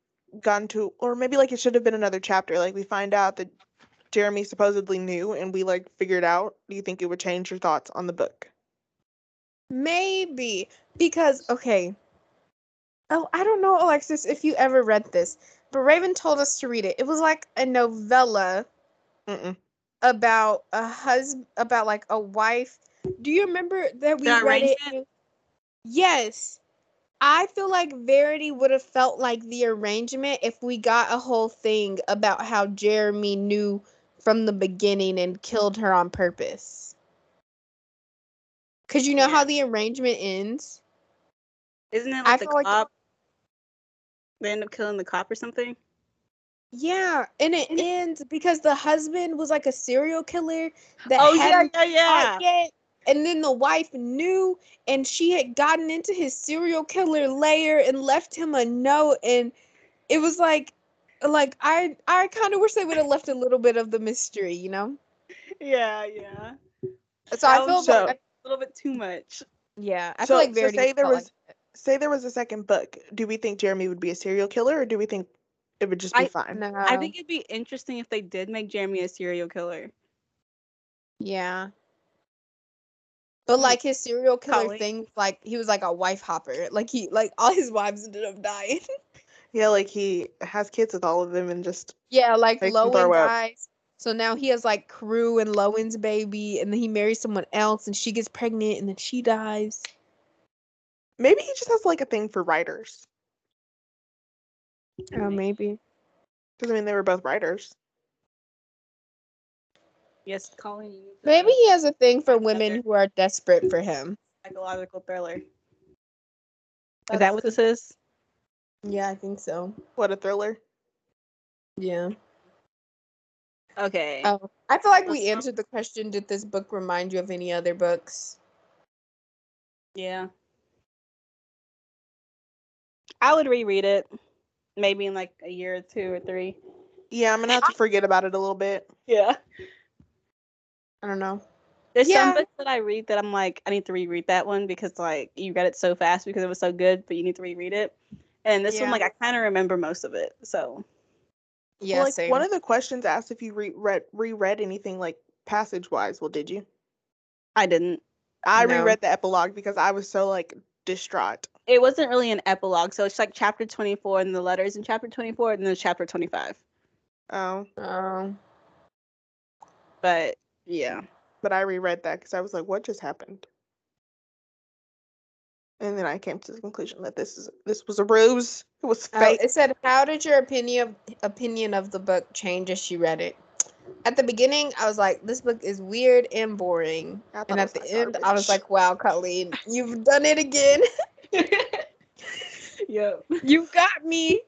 Speaker 3: gone to, or maybe like it should have been another chapter, like we find out that Jeremy supposedly knew and we like figured out, do you think it would change your thoughts on the book?
Speaker 2: Maybe because okay. Oh, I don't know, Alexis, if you ever read this, but Raven told us to read it. It was like a novella
Speaker 3: Mm-mm.
Speaker 2: about a husband, about like a wife. Do you remember that we
Speaker 1: That
Speaker 2: read it?
Speaker 1: arrangement?
Speaker 2: and- Yes. I feel like Verity would have felt like the arrangement if we got a whole thing about how Jeremy knew from the beginning and killed her on purpose. Cause you know how the arrangement ends?
Speaker 1: Isn't it
Speaker 2: I
Speaker 1: like the
Speaker 2: feel like-
Speaker 1: cop? They end up killing the cop or something.
Speaker 2: Yeah, and it ends because the husband was like a serial killer that
Speaker 1: Oh yeah,
Speaker 2: hadn't
Speaker 1: yeah, yeah.
Speaker 2: caught yet, and then the wife knew, and she had gotten into his serial killer lair and left him a note, and it was like, like I I kind of wish they would have left a little bit of the mystery, you know.
Speaker 1: Yeah, yeah.
Speaker 2: Oh, So I
Speaker 1: That
Speaker 2: feel
Speaker 1: was
Speaker 2: like
Speaker 1: a little bit too much.
Speaker 2: yeah, I
Speaker 3: Oh, So-
Speaker 2: feel like
Speaker 3: so
Speaker 2: Verity
Speaker 3: say there
Speaker 2: felt
Speaker 3: was-
Speaker 2: like that.
Speaker 3: Say there was a second book. Do we think Jeremy would be a serial killer or do we think it would just be
Speaker 1: I-
Speaker 3: fine?
Speaker 2: no,
Speaker 1: I think it'd be interesting if they did make Jeremy a serial killer.
Speaker 2: yeah. But like his serial killer
Speaker 1: Colleen.
Speaker 2: thing, like he was like a wife hopper. Like he, like all his wives ended up dying.
Speaker 3: Yeah, like he has kids with all of them and just,
Speaker 2: Yeah, like
Speaker 3: Makes him
Speaker 2: Lowen
Speaker 3: throw up.
Speaker 2: dies. So now he has like Crew and Lowen's baby, and then he marries someone else, and she gets pregnant, and then she dies.
Speaker 3: maybe he just has like a thing for writers.
Speaker 2: Oh, maybe.
Speaker 3: Because I mean, they were both writers.
Speaker 1: Yes, Colleen. you need to-
Speaker 2: Maybe he has a thing for
Speaker 1: Another.
Speaker 2: women who are desperate for him.
Speaker 1: psychological thriller.
Speaker 2: That's
Speaker 1: is that what
Speaker 2: cool.
Speaker 1: this is?
Speaker 2: Yeah, I think so.
Speaker 3: What a thriller.
Speaker 2: Yeah.
Speaker 1: Okay.
Speaker 2: Oh, I feel like we
Speaker 1: Uh-huh.
Speaker 2: answered the question. Did this book remind you of any other books?
Speaker 1: Yeah. I would reread it, maybe in like a year or two or three.
Speaker 3: Yeah, I'm going to have to forget about it a little bit.
Speaker 1: Yeah.
Speaker 2: I don't know.
Speaker 1: There's
Speaker 2: Yeah.
Speaker 1: some books that I read that I'm like, I need to reread that one because like you read it so fast because it was so good, but you need to reread it. And this
Speaker 2: Yeah.
Speaker 1: one, like, I kind of remember most of it. So
Speaker 2: Yeah,
Speaker 3: Well, like,
Speaker 2: same.
Speaker 3: One of the questions asked if you re- read, reread anything like passage wise. Well, did you?
Speaker 1: I didn't.
Speaker 3: I
Speaker 2: No.
Speaker 3: reread the epilogue because I was so like distraught.
Speaker 1: It wasn't really an epilogue. So it's like chapter 24 and the letters in chapter 24 and then chapter 25.
Speaker 3: Oh,
Speaker 2: Oh.
Speaker 1: But yeah.
Speaker 3: but I reread that because I was like, what just happened? And then I came to the conclusion that this is this was a ruse. It was
Speaker 2: Oh,
Speaker 3: fake.
Speaker 2: it said, "How did your opinion of, opinion of the book change as you read it?" At the beginning, I was like, "This book is weird and boring,"
Speaker 3: I thought
Speaker 2: and
Speaker 3: it
Speaker 2: at the
Speaker 3: like
Speaker 2: end, I was
Speaker 3: garbage.
Speaker 2: like, "Wow, Colleen, you've done it again.
Speaker 1: Yep.
Speaker 2: you got me."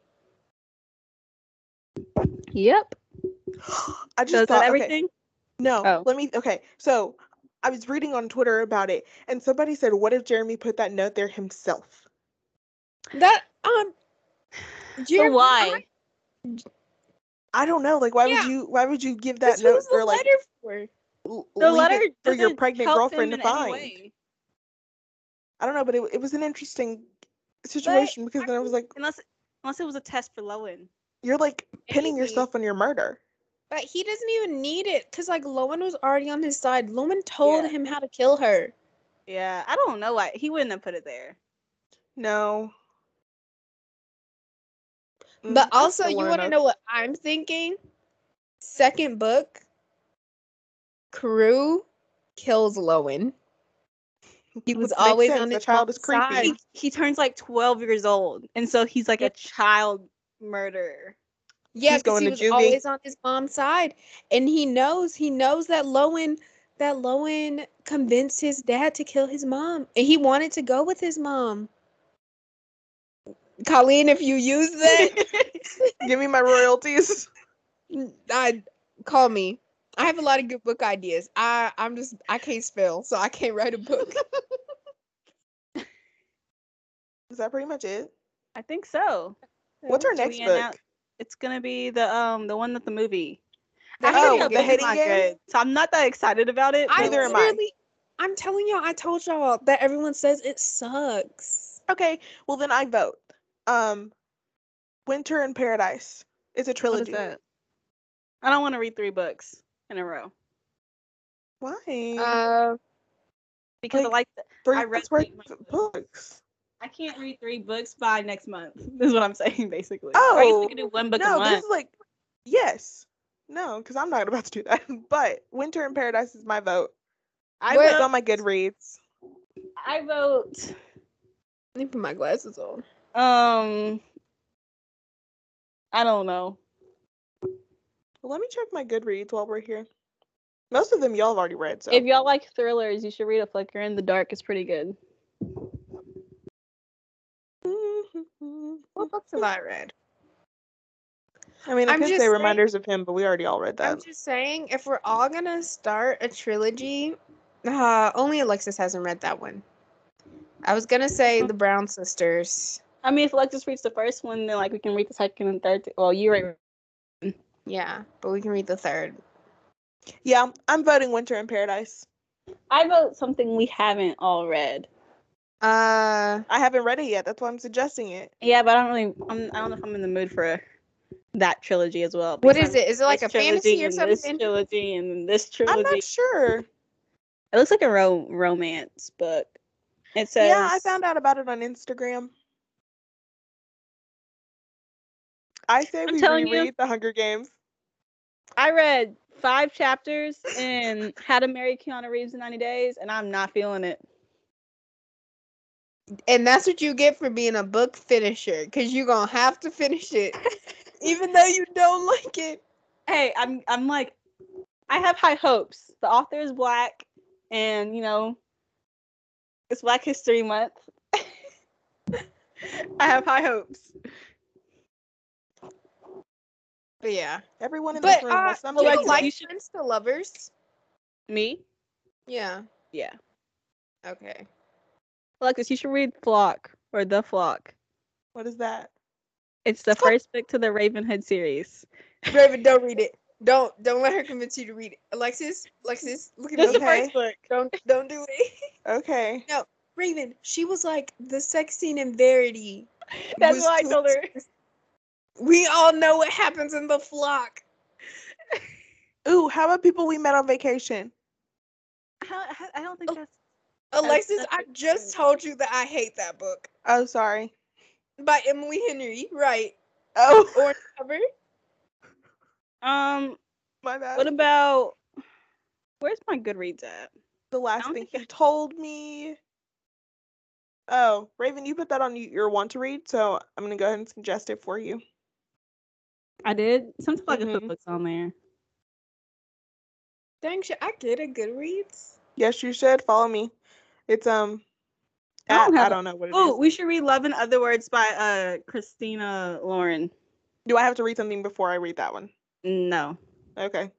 Speaker 1: Yep.
Speaker 3: I
Speaker 1: So
Speaker 3: just
Speaker 1: is that
Speaker 3: thought okay,
Speaker 1: everything?
Speaker 3: No,
Speaker 1: Oh.
Speaker 3: let me. Okay, so I was reading on Twitter about it, and somebody said, "What if Jeremy put that note there himself?"
Speaker 2: That um,
Speaker 1: So
Speaker 2: Jeremy-
Speaker 1: why?
Speaker 3: I don't know. Like, why
Speaker 2: Yeah.
Speaker 3: would you? Why would you give
Speaker 2: Because
Speaker 3: that
Speaker 2: who
Speaker 3: note
Speaker 2: was the
Speaker 3: or like
Speaker 2: letter for?
Speaker 3: l-
Speaker 1: The
Speaker 3: leave
Speaker 1: letter
Speaker 3: it for your
Speaker 1: doesn't
Speaker 3: pregnant
Speaker 1: help him
Speaker 3: girlfriend
Speaker 1: in
Speaker 3: to
Speaker 1: any
Speaker 3: find?
Speaker 1: way.
Speaker 3: I don't know, but it, it was an interesting situation because then I was like,
Speaker 1: Unless unless it was a test for Lowen.
Speaker 3: you're like pinning
Speaker 2: Maybe.
Speaker 3: yourself on your murder.
Speaker 2: But he doesn't even need it because like Lowen was already on his side. Lowen told
Speaker 1: Yeah.
Speaker 2: him how to kill her.
Speaker 1: Yeah, I don't know why he wouldn't have put it there.
Speaker 3: No. Mm,
Speaker 2: But
Speaker 3: I
Speaker 2: also,
Speaker 3: still
Speaker 2: you
Speaker 3: wanna
Speaker 2: want to know what I'm thinking? Second book, Carew kills Lowen. He
Speaker 3: Which
Speaker 2: was
Speaker 3: makes
Speaker 2: always
Speaker 3: sense,
Speaker 2: on
Speaker 3: the
Speaker 2: his
Speaker 3: child is creepy.
Speaker 1: He,
Speaker 2: side.
Speaker 1: he turns like 12 years old, and so he's like
Speaker 2: Yeah.
Speaker 1: a child murderer.
Speaker 2: Yeah,
Speaker 3: He's
Speaker 2: because
Speaker 3: going
Speaker 2: he
Speaker 3: to
Speaker 2: was
Speaker 3: juvie.
Speaker 2: always on his mom's side, and he knows he knows that Lowen that Lowen convinced his dad to kill his mom, and he wanted to go with his mom. Colleen, if you use that,
Speaker 3: Give me my royalties.
Speaker 2: I call me. I have a lot of good book ideas. I I'm just I can't spell, so I can't write a book.
Speaker 3: Is that pretty much it?
Speaker 1: I think so.
Speaker 3: What's our next
Speaker 1: we
Speaker 3: book?
Speaker 1: announce- It's gonna be the um the one that the movie.
Speaker 2: That
Speaker 1: heard
Speaker 3: Oh,
Speaker 1: y'all
Speaker 3: The
Speaker 1: think it's
Speaker 3: Hating
Speaker 1: not
Speaker 3: Game?
Speaker 1: good, so I'm not that excited about it.
Speaker 2: I
Speaker 1: but
Speaker 3: Neither am I.
Speaker 2: literally, I'm telling y'all, I told y'all that everyone says it sucks.
Speaker 3: Okay, well then I vote. Um, Winter in Paradise is a
Speaker 1: What is
Speaker 3: trilogy.
Speaker 1: that? I don't want to read three books in a row
Speaker 3: Why?
Speaker 2: Uh,
Speaker 1: because I like the,
Speaker 3: Three
Speaker 1: I read
Speaker 3: months worth
Speaker 1: Big Mouth
Speaker 3: of
Speaker 1: Book.
Speaker 3: books.
Speaker 1: I can't read three books by next month. Is what I'm saying basically. Or I guess
Speaker 3: Oh,
Speaker 1: we could do one book a
Speaker 3: no,
Speaker 1: month.
Speaker 3: this is like yes, no, because I'm not about to do that. But Winter in Paradise is my vote. I
Speaker 2: Well-
Speaker 3: vote on my Goodreads.
Speaker 1: I vote.
Speaker 2: let me put my glasses on.
Speaker 1: Um, I don't know.
Speaker 3: Well, let me check my Goodreads while we're here. Most of them y'all have already read, so
Speaker 1: If y'all like thrillers, you should read A Flicker in the Dark. It's pretty good.
Speaker 2: What books have I read?
Speaker 3: I mean, I
Speaker 2: I'm
Speaker 3: could say
Speaker 2: just saying-
Speaker 3: reminders of him, but we already all read that.
Speaker 2: I'm just saying, if we're all gonna start a trilogy, uh, only Alexis hasn't read that one. I was gonna
Speaker 1: Mm-hmm.
Speaker 2: say the Brown Sisters.
Speaker 1: I mean, if Alexis reads the first one, then like we can read the second and third. t- Well, you read.
Speaker 2: Yeah, but we can read the third.
Speaker 3: Yeah, I'm voting Winter in Paradise.
Speaker 1: I vote something we haven't all read.
Speaker 2: Uh,
Speaker 3: I haven't read it yet. That's why I'm suggesting it.
Speaker 1: Yeah, but I don't really. I'm, I don't know if I'm in the mood for that trilogy as well.
Speaker 2: what
Speaker 1: because
Speaker 2: is
Speaker 1: I'm-
Speaker 2: it? Is it like a
Speaker 1: this
Speaker 2: fantasy
Speaker 1: trilogy
Speaker 2: or
Speaker 1: and this
Speaker 2: something?
Speaker 1: trilogy and then this
Speaker 3: I'm
Speaker 1: trilogy.
Speaker 3: not sure.
Speaker 1: It looks like a ro- romance book. It says.
Speaker 3: Yeah, I found out about it on Instagram. I say
Speaker 1: I'm
Speaker 3: we
Speaker 1: telling
Speaker 3: reread
Speaker 1: you.
Speaker 3: The Hunger Games.
Speaker 1: I read five chapters in How to Marry Keanu Reeves in 90 Days, and I'm not feeling it.
Speaker 2: And that's what you get for being a book finisher, because you're gonna have to finish it, even though you don't like it.
Speaker 1: hey, I'm I'm like I have high hopes. The author is black and you know it's Black History Month. I have high hopes.
Speaker 2: But yeah,
Speaker 3: Everyone in
Speaker 2: but
Speaker 3: this room
Speaker 2: uh,
Speaker 3: has something.
Speaker 2: you
Speaker 1: like
Speaker 3: to
Speaker 1: it.
Speaker 2: like
Speaker 1: You should-
Speaker 2: Friends to Lovers?
Speaker 1: Me?
Speaker 2: Yeah.
Speaker 1: Yeah.
Speaker 2: Okay.
Speaker 1: Alexis, you should read Flock or The Flock.
Speaker 3: What is that?
Speaker 1: It's the
Speaker 2: It's called-
Speaker 1: first book to the Ravenhood series.
Speaker 2: Raven, don't read it. Don't don't let her convince you to read it. Alexis, Alexis, look at
Speaker 1: This
Speaker 2: me.
Speaker 1: is the
Speaker 3: Okay.
Speaker 1: first book.
Speaker 2: Don't don't do it.
Speaker 3: Okay.
Speaker 2: Raven, she was like the sex scene in Verity.
Speaker 1: That's
Speaker 2: was
Speaker 1: why I
Speaker 2: too
Speaker 1: told her.
Speaker 2: We all know what happens in the flock.
Speaker 3: Ooh, how about people we met on vacation?
Speaker 1: I don't- I don't think
Speaker 2: Oh.
Speaker 1: that's
Speaker 2: Alexis,
Speaker 1: that's
Speaker 2: I
Speaker 1: what
Speaker 2: just
Speaker 1: it
Speaker 2: told you that I hate that book
Speaker 3: Oh, sorry.
Speaker 2: by Emily Henry, right?
Speaker 3: Oh,
Speaker 2: Orange cover.
Speaker 1: um
Speaker 3: my bad.
Speaker 1: what about where's my Goodreads at?
Speaker 3: the last
Speaker 1: don't
Speaker 3: thing
Speaker 1: think
Speaker 3: he told me. Oh, Raven, you put that on y- your want to read, so I'm gonna go ahead and suggest it for you.
Speaker 1: I did. Sometimes I can
Speaker 3: Mhm.
Speaker 1: put books on there.
Speaker 2: Dang, should I get a Goodreads?
Speaker 3: Yes, you should follow me. It's um,
Speaker 1: I don't
Speaker 3: at- I
Speaker 1: have a-
Speaker 3: don't know what it is.
Speaker 1: Oh, we should read Love in Other Words by uh Christina Lauren.
Speaker 3: Do I have to read something before I read that one?
Speaker 1: No.
Speaker 3: Okay.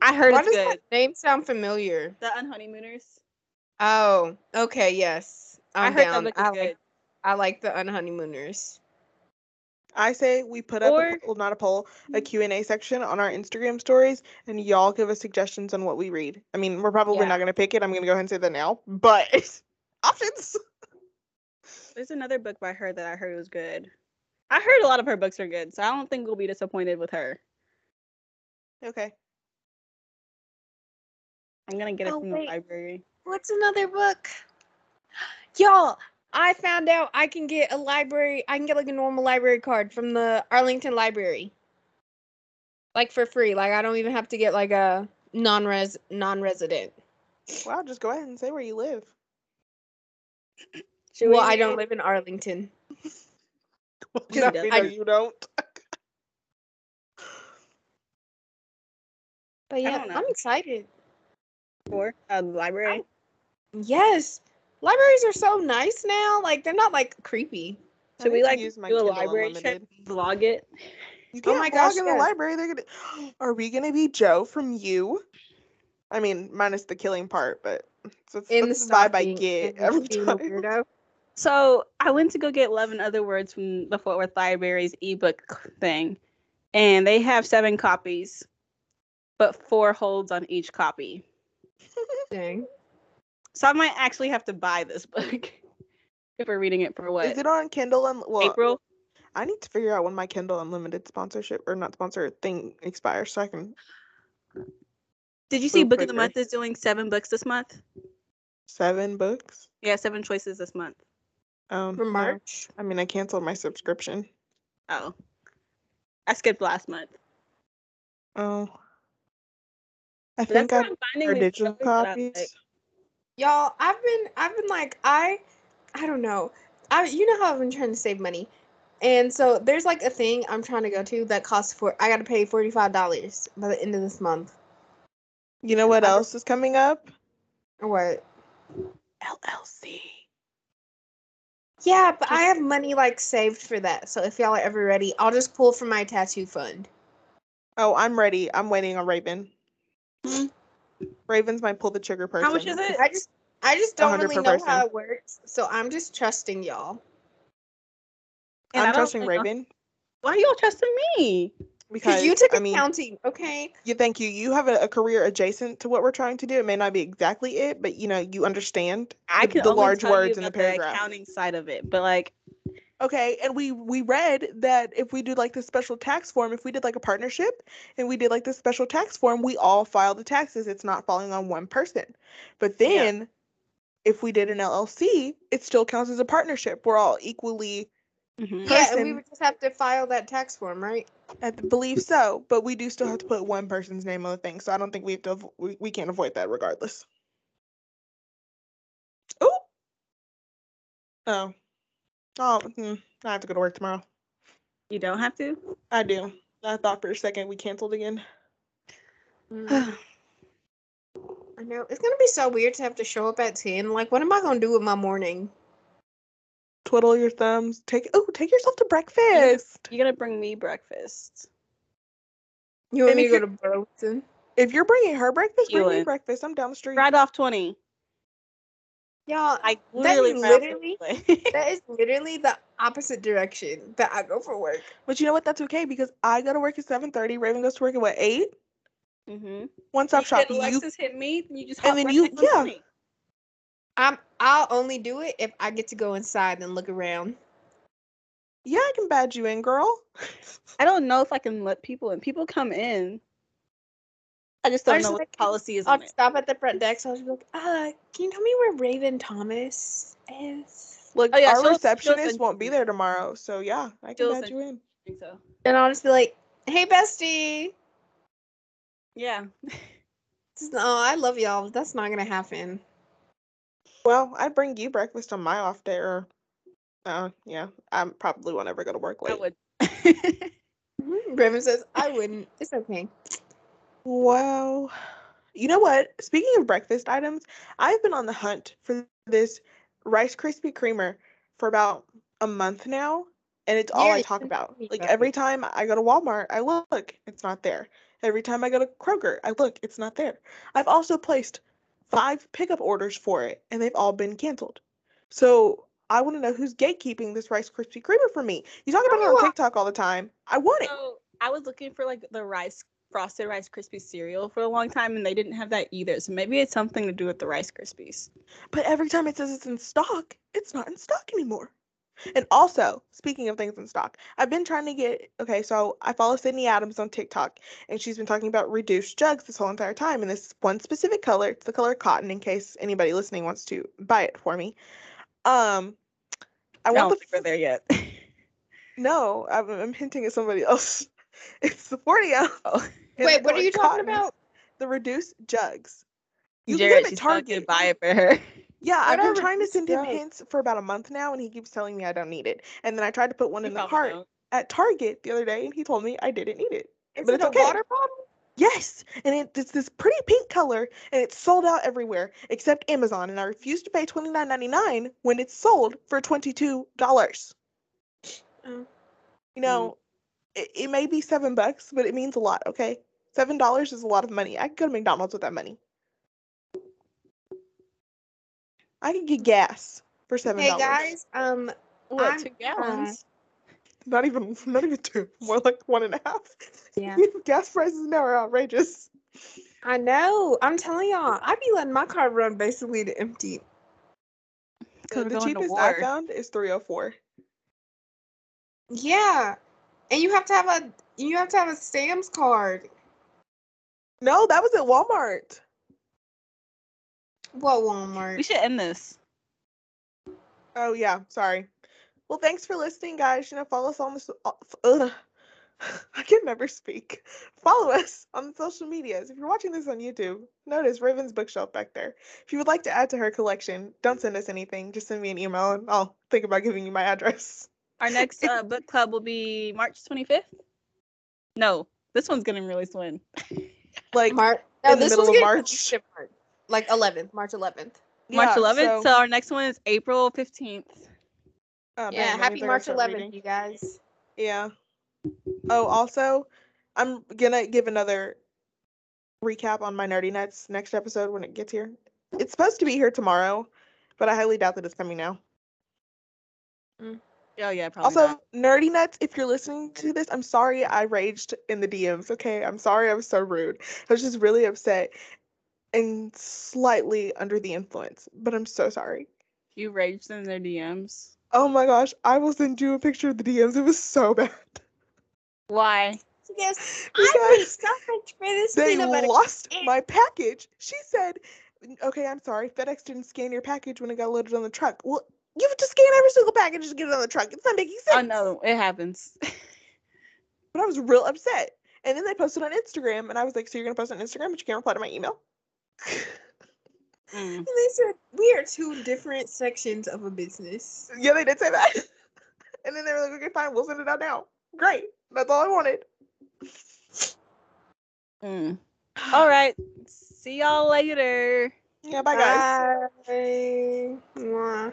Speaker 1: I heard
Speaker 2: Why
Speaker 1: it's
Speaker 2: does
Speaker 1: good.
Speaker 2: that name sound familiar?
Speaker 1: The Unhoneymooners.
Speaker 2: Oh, okay, yes.
Speaker 1: i
Speaker 2: I'm
Speaker 1: heard
Speaker 2: down.
Speaker 1: that book is
Speaker 2: I
Speaker 1: good.
Speaker 2: like I like the unhoneymooners.
Speaker 3: I say we put up
Speaker 1: Or-
Speaker 3: a poll, not a poll, a Q&A section on our Instagram stories and y'all give us suggestions on what we read. I mean, we're probably
Speaker 2: Yeah.
Speaker 3: not going to pick it. I'm going to go ahead and say that now. But options.
Speaker 1: There's another book by her that I heard was good. I heard a lot of her books are good, so I don't think we'll be disappointed with her.
Speaker 3: Okay.
Speaker 1: I'm gonna get it
Speaker 2: Oh,
Speaker 1: from
Speaker 2: wait.
Speaker 1: the library.
Speaker 2: What's another book? Y'all, I found out I can get a library. I can get like a normal library card from the Arlington Library. like for free. Like I don't even have to get like a non-res non-resident.
Speaker 3: Wow, just go ahead and say where you live.
Speaker 1: Should
Speaker 2: well,
Speaker 1: we-
Speaker 2: I don't live in Arlington.
Speaker 1: You
Speaker 3: no,
Speaker 1: don't.
Speaker 3: we
Speaker 2: I-
Speaker 3: know you don't.
Speaker 2: But yeah,
Speaker 1: don't know.
Speaker 2: I'm excited.
Speaker 1: for a uh, library.
Speaker 2: Yes. Libraries are so nice now. Like they're not like creepy.
Speaker 3: I
Speaker 1: Should we
Speaker 3: need to
Speaker 1: like
Speaker 3: use my
Speaker 1: do a
Speaker 3: Kindle
Speaker 1: library trip,
Speaker 3: Unlimited.
Speaker 1: vlog it?
Speaker 3: You
Speaker 2: Oh
Speaker 3: can't
Speaker 2: my
Speaker 3: walk
Speaker 2: gosh,
Speaker 3: in the
Speaker 2: yes.
Speaker 3: library. They're gonna. Are we gonna be Joe from you? I mean, minus the killing part, but so that's,
Speaker 2: In
Speaker 3: that's
Speaker 2: the
Speaker 3: the vibe I
Speaker 2: stocking
Speaker 3: get
Speaker 2: and
Speaker 3: every
Speaker 2: being a
Speaker 3: time.
Speaker 2: weirdo.
Speaker 1: So I went to go get Love and Other Words from the Fort Worth Library's ebook thing, and they have seven copies, but four holds on each copy.
Speaker 2: Dang.
Speaker 1: So I might actually have to buy this book if we're reading it for what
Speaker 3: Is it on Kindle? Un- well,
Speaker 1: April.
Speaker 3: I need to figure out when my Kindle Unlimited sponsorship or not sponsor thing expires, so I can
Speaker 1: Did you see
Speaker 3: Ooh,
Speaker 1: Book of the
Speaker 3: quicker.
Speaker 1: Month is doing seven books this month?
Speaker 3: seven books.
Speaker 1: Yeah, seven choices this month.
Speaker 3: Um,
Speaker 2: For
Speaker 3: no.
Speaker 2: March.
Speaker 3: I mean, I canceled my subscription.
Speaker 1: Oh, I skipped last month.
Speaker 3: Oh, I
Speaker 1: But that's
Speaker 3: think
Speaker 1: where
Speaker 3: I
Speaker 1: I'm finding
Speaker 3: prefer
Speaker 1: these
Speaker 3: digital
Speaker 1: stories that I like.
Speaker 3: copies.
Speaker 2: Y'all, I've been I've been like I I don't know. I you know how I've been trying to save money. And so there's like a thing I'm trying to go to that costs for I gotta pay forty five dollars by the end of this month.
Speaker 3: You know what
Speaker 2: I-
Speaker 3: else is coming up?
Speaker 2: Or what?
Speaker 3: LLC.
Speaker 2: Yeah, but I have money like saved for that. So if y'all are ever ready, I'll just pull from my tattoo fund.
Speaker 3: Oh, I'm ready. I'm waiting on Raven.
Speaker 1: Hmm.
Speaker 3: Raven's my pull the trigger person.
Speaker 1: How much is it?
Speaker 2: I just I just don't
Speaker 3: 100
Speaker 2: really
Speaker 3: per
Speaker 2: know how
Speaker 3: person.
Speaker 2: it works. So I'm just trusting y'all.
Speaker 1: And I
Speaker 3: I'm
Speaker 1: don't
Speaker 3: trusting
Speaker 1: know.
Speaker 3: Raven
Speaker 1: Why are y'all trusting me?
Speaker 3: because
Speaker 2: Because you took
Speaker 3: I mean,
Speaker 2: accounting, okay?
Speaker 3: you thank you. You have a, a career adjacent to what we're trying to do. It may not be exactly it, but you know, you understand
Speaker 1: I
Speaker 3: the,
Speaker 1: can
Speaker 3: the
Speaker 1: only
Speaker 3: large
Speaker 1: tell
Speaker 3: words
Speaker 1: you
Speaker 3: in the
Speaker 1: about
Speaker 3: paragraph.
Speaker 1: accounting side of it, but like
Speaker 3: Okay, and we we read that if we do like the special tax form, if we did like a partnership and we did like the special tax form, we all file the taxes. It's not falling on one person. But
Speaker 1: Yeah.
Speaker 3: then if we did an LLC, it still counts as a partnership. We're all equally
Speaker 1: Mm-hmm.
Speaker 2: Yeah, and we
Speaker 3: Person.
Speaker 2: would just have to file that tax form, right?
Speaker 3: I th- believe so, but we do still have to put one person's name on the thing, so I don't think we have to. avo- We, we can't avoid that regardless. Oh, oh, oh! mm, I have to go to work tomorrow.
Speaker 1: you don't have to.
Speaker 3: I do. I thought for a second we canceled again.
Speaker 2: I know. It's gonna be so weird to have to show up at ten. Like, what am I gonna do with my morning?
Speaker 3: Twiddle your thumbs. Take oh, take yourself to breakfast.
Speaker 1: you gotta bring me breakfast.
Speaker 2: You want
Speaker 3: And
Speaker 2: me to
Speaker 3: if
Speaker 2: go to Burlington?
Speaker 3: If you're bringing her breakfast, bring me
Speaker 1: Keelan.
Speaker 3: breakfast. I'm down the street.
Speaker 1: Right off twenty.
Speaker 2: Y'all,
Speaker 1: I
Speaker 2: That
Speaker 1: literally,
Speaker 2: is
Speaker 1: literally.
Speaker 2: that is literally the opposite direction that I go for work.
Speaker 3: But you know what? That's okay because I go to work at seven thirty. Raven goes to work at what eight?
Speaker 1: mm-hmm.
Speaker 3: One stop shop. You-
Speaker 1: Alexis hit me, and you just
Speaker 3: And
Speaker 1: hop
Speaker 3: then
Speaker 1: right
Speaker 3: you-
Speaker 1: back on
Speaker 3: yeah.
Speaker 1: 20.
Speaker 2: I'm I'll only do it if I get to go inside and look around.
Speaker 3: yeah, I can badge you in, girl.
Speaker 1: I don't know if I can let people in. People come in. I just
Speaker 2: I
Speaker 1: don't
Speaker 2: just
Speaker 1: know what
Speaker 2: like-
Speaker 1: the policy is
Speaker 2: I'll
Speaker 1: on it.
Speaker 2: stop at the front desk. I'll just be like, uh, can you tell me where Raven Thomas is?
Speaker 3: Look,
Speaker 1: Oh, yeah, she'll-
Speaker 3: our
Speaker 1: she'll
Speaker 3: receptionist
Speaker 1: send
Speaker 3: won't
Speaker 1: you
Speaker 3: be
Speaker 1: in.
Speaker 3: there tomorrow, so yeah, I can
Speaker 1: She'll
Speaker 3: badge
Speaker 1: send
Speaker 3: you in.
Speaker 1: I think so.
Speaker 2: And I'll just be like, hey, bestie.
Speaker 1: Yeah.
Speaker 2: Just, oh, I love y'all. but That's not gonna happen.
Speaker 3: Well, I'd bring you breakfast on my off day, or uh, yeah, I probably won't ever go to work
Speaker 1: I
Speaker 3: late.
Speaker 1: would.
Speaker 2: Raven says, I wouldn't. It's okay.
Speaker 3: Wow. You know what? Speaking of breakfast items, I've been on the hunt for this Rice Krispie Creamer for about a month now, and it's all
Speaker 2: Yeah,
Speaker 3: I
Speaker 2: you
Speaker 3: talk
Speaker 2: told
Speaker 3: about.
Speaker 2: me
Speaker 3: Like
Speaker 2: about
Speaker 3: every
Speaker 2: it.
Speaker 3: time I go to Walmart, I look, it's not there. Every time I go to Kroger, I look, it's not there. I've also placed five pickup orders for it, and they've all been canceled. So I want to know who's gatekeeping this Rice Krispie Creamer for me. You talk about it
Speaker 2: Oh,
Speaker 3: on
Speaker 2: I-
Speaker 3: TikTok all the time. I want it.
Speaker 1: So I was looking for like the rice frosted Rice Krispie cereal for a long time, and they didn't have that either. So maybe it's something to do with the Rice Krispies.
Speaker 3: But every time it says it's in stock, it's not in stock anymore. And also, speaking of things in stock, I've been trying to get okay, so I follow Sydney Adams on TikTok and she's been talking about reduced jugs this whole entire time and this one specific color, it's the color cotton in case anybody listening wants to buy it for me. Um
Speaker 1: I,
Speaker 3: I want
Speaker 1: don't
Speaker 3: the
Speaker 1: think we're there yet.
Speaker 3: no, I'm, I'm hinting at somebody else. It's the 40 ounce.
Speaker 4: Oh.
Speaker 3: and
Speaker 2: Wait,
Speaker 3: they're
Speaker 2: what are
Speaker 3: like
Speaker 2: you talking
Speaker 3: cotton-
Speaker 2: about?
Speaker 3: The reduced jugs. You
Speaker 4: Jared,
Speaker 3: live at
Speaker 4: she's not gonna
Speaker 3: Target.
Speaker 4: buy it for her.
Speaker 3: Yeah, I've
Speaker 2: are
Speaker 3: been trying to
Speaker 2: reduced
Speaker 3: send him
Speaker 2: jugs?
Speaker 3: hints for about a month now, and he keeps telling me I don't need it. And then I tried to put one
Speaker 4: You
Speaker 3: in the
Speaker 4: probably
Speaker 3: cart
Speaker 4: don't.
Speaker 3: at Target the other day, and he told me I didn't need it.
Speaker 2: Is
Speaker 3: but
Speaker 2: it
Speaker 3: it's
Speaker 2: a
Speaker 3: okay.
Speaker 2: water bottle?
Speaker 3: Yes, and it, it's this pretty pink color, and it's sold out everywhere except Amazon, and I refuse to pay twenty nine ninety nine when it's sold for twenty two dollars.
Speaker 2: Oh.
Speaker 3: You know, it, it may be seven bucks, but it means a lot. Okay, seven dollars is a lot of money. I could go to McDonald's with that money. I could get gas for seven
Speaker 2: Hey
Speaker 3: dollars.
Speaker 2: guys, um,
Speaker 4: What,
Speaker 2: I'm-
Speaker 4: two
Speaker 3: uh,
Speaker 4: gallons?
Speaker 3: not even not even two, more like one and a half.
Speaker 2: Yeah.
Speaker 3: gas prices now are outrageous.
Speaker 2: I know. I'm telling y'all, I'd be letting my car run basically to empty.
Speaker 3: The,
Speaker 4: Could
Speaker 3: the
Speaker 4: go into
Speaker 3: cheapest
Speaker 4: war.
Speaker 3: I found is three oh four.
Speaker 2: Yeah, and you have to have a you have to have a Sam's card.
Speaker 3: No, that was at Walmart.
Speaker 2: What
Speaker 1: We
Speaker 2: Walmart?
Speaker 1: should end this.
Speaker 3: Oh yeah, sorry. Well, thanks for listening, guys. You know, follow us on the. so- uh, f- Ugh. I can never speak. Follow us on the social medias. If you're watching this on YouTube, notice Raven's bookshelf back there. If you would like to add to her collection, don't send us anything. Just send me an email, and I'll think about giving you my address.
Speaker 1: Our next uh, book club will be March 25th. No, this one's getting released when.
Speaker 3: Like
Speaker 2: Mar- no,
Speaker 3: in the
Speaker 2: this
Speaker 3: middle
Speaker 2: was
Speaker 3: of
Speaker 2: gonna be
Speaker 3: March.
Speaker 2: December, like 11th, March 11th.
Speaker 1: March
Speaker 3: yeah,
Speaker 1: 11th. So,
Speaker 3: So,
Speaker 1: our next one is April 15th.
Speaker 3: uh, bang,
Speaker 2: yeah, happy
Speaker 3: that means I gotta
Speaker 2: March
Speaker 3: start
Speaker 2: 11th,
Speaker 3: reading.
Speaker 2: you guys.
Speaker 3: Yeah. Oh, also, I'm gonna give another recap on my nerdy nuts next episode when it gets here. It's supposed to be here tomorrow, but I highly doubt that it's coming now.
Speaker 1: Oh, yeah, probably.
Speaker 3: also,
Speaker 1: not.
Speaker 3: nerdy nuts, if you're listening to this, I'm sorry I raged in the DMs. Okay, I'm sorry I was so rude. I was just really upset and slightly under the influence, but I'm so sorry.
Speaker 1: You raged in their DMs.
Speaker 3: Oh my gosh, I will send you a picture of the DMs. It was so bad.
Speaker 1: Why?
Speaker 2: Yes,
Speaker 3: Because-
Speaker 2: I'm stomach for this
Speaker 3: they
Speaker 2: peanut butter.
Speaker 3: lost
Speaker 2: and-
Speaker 3: my package. She said, "N- "Okay, I'm sorry. FedEx didn't scan your package when it got loaded on the truck." Well, you have to scan every single package to get it on the truck. It's not making sense.
Speaker 1: Oh, no, it happens.
Speaker 3: But I was real upset. And then they posted on Instagram, and I was like, "So you're gonna post on Instagram, but you can't reply to my email?"
Speaker 1: Mm.
Speaker 2: These are we are two different sections of a business.
Speaker 3: yeah, they did say that. and then they were like, "Okay, fine. We'll send it out now." Great. That's all I wanted.
Speaker 1: Mm. All right. See y'all later.
Speaker 3: Yeah. Bye, guys.
Speaker 2: Bye. Mwah.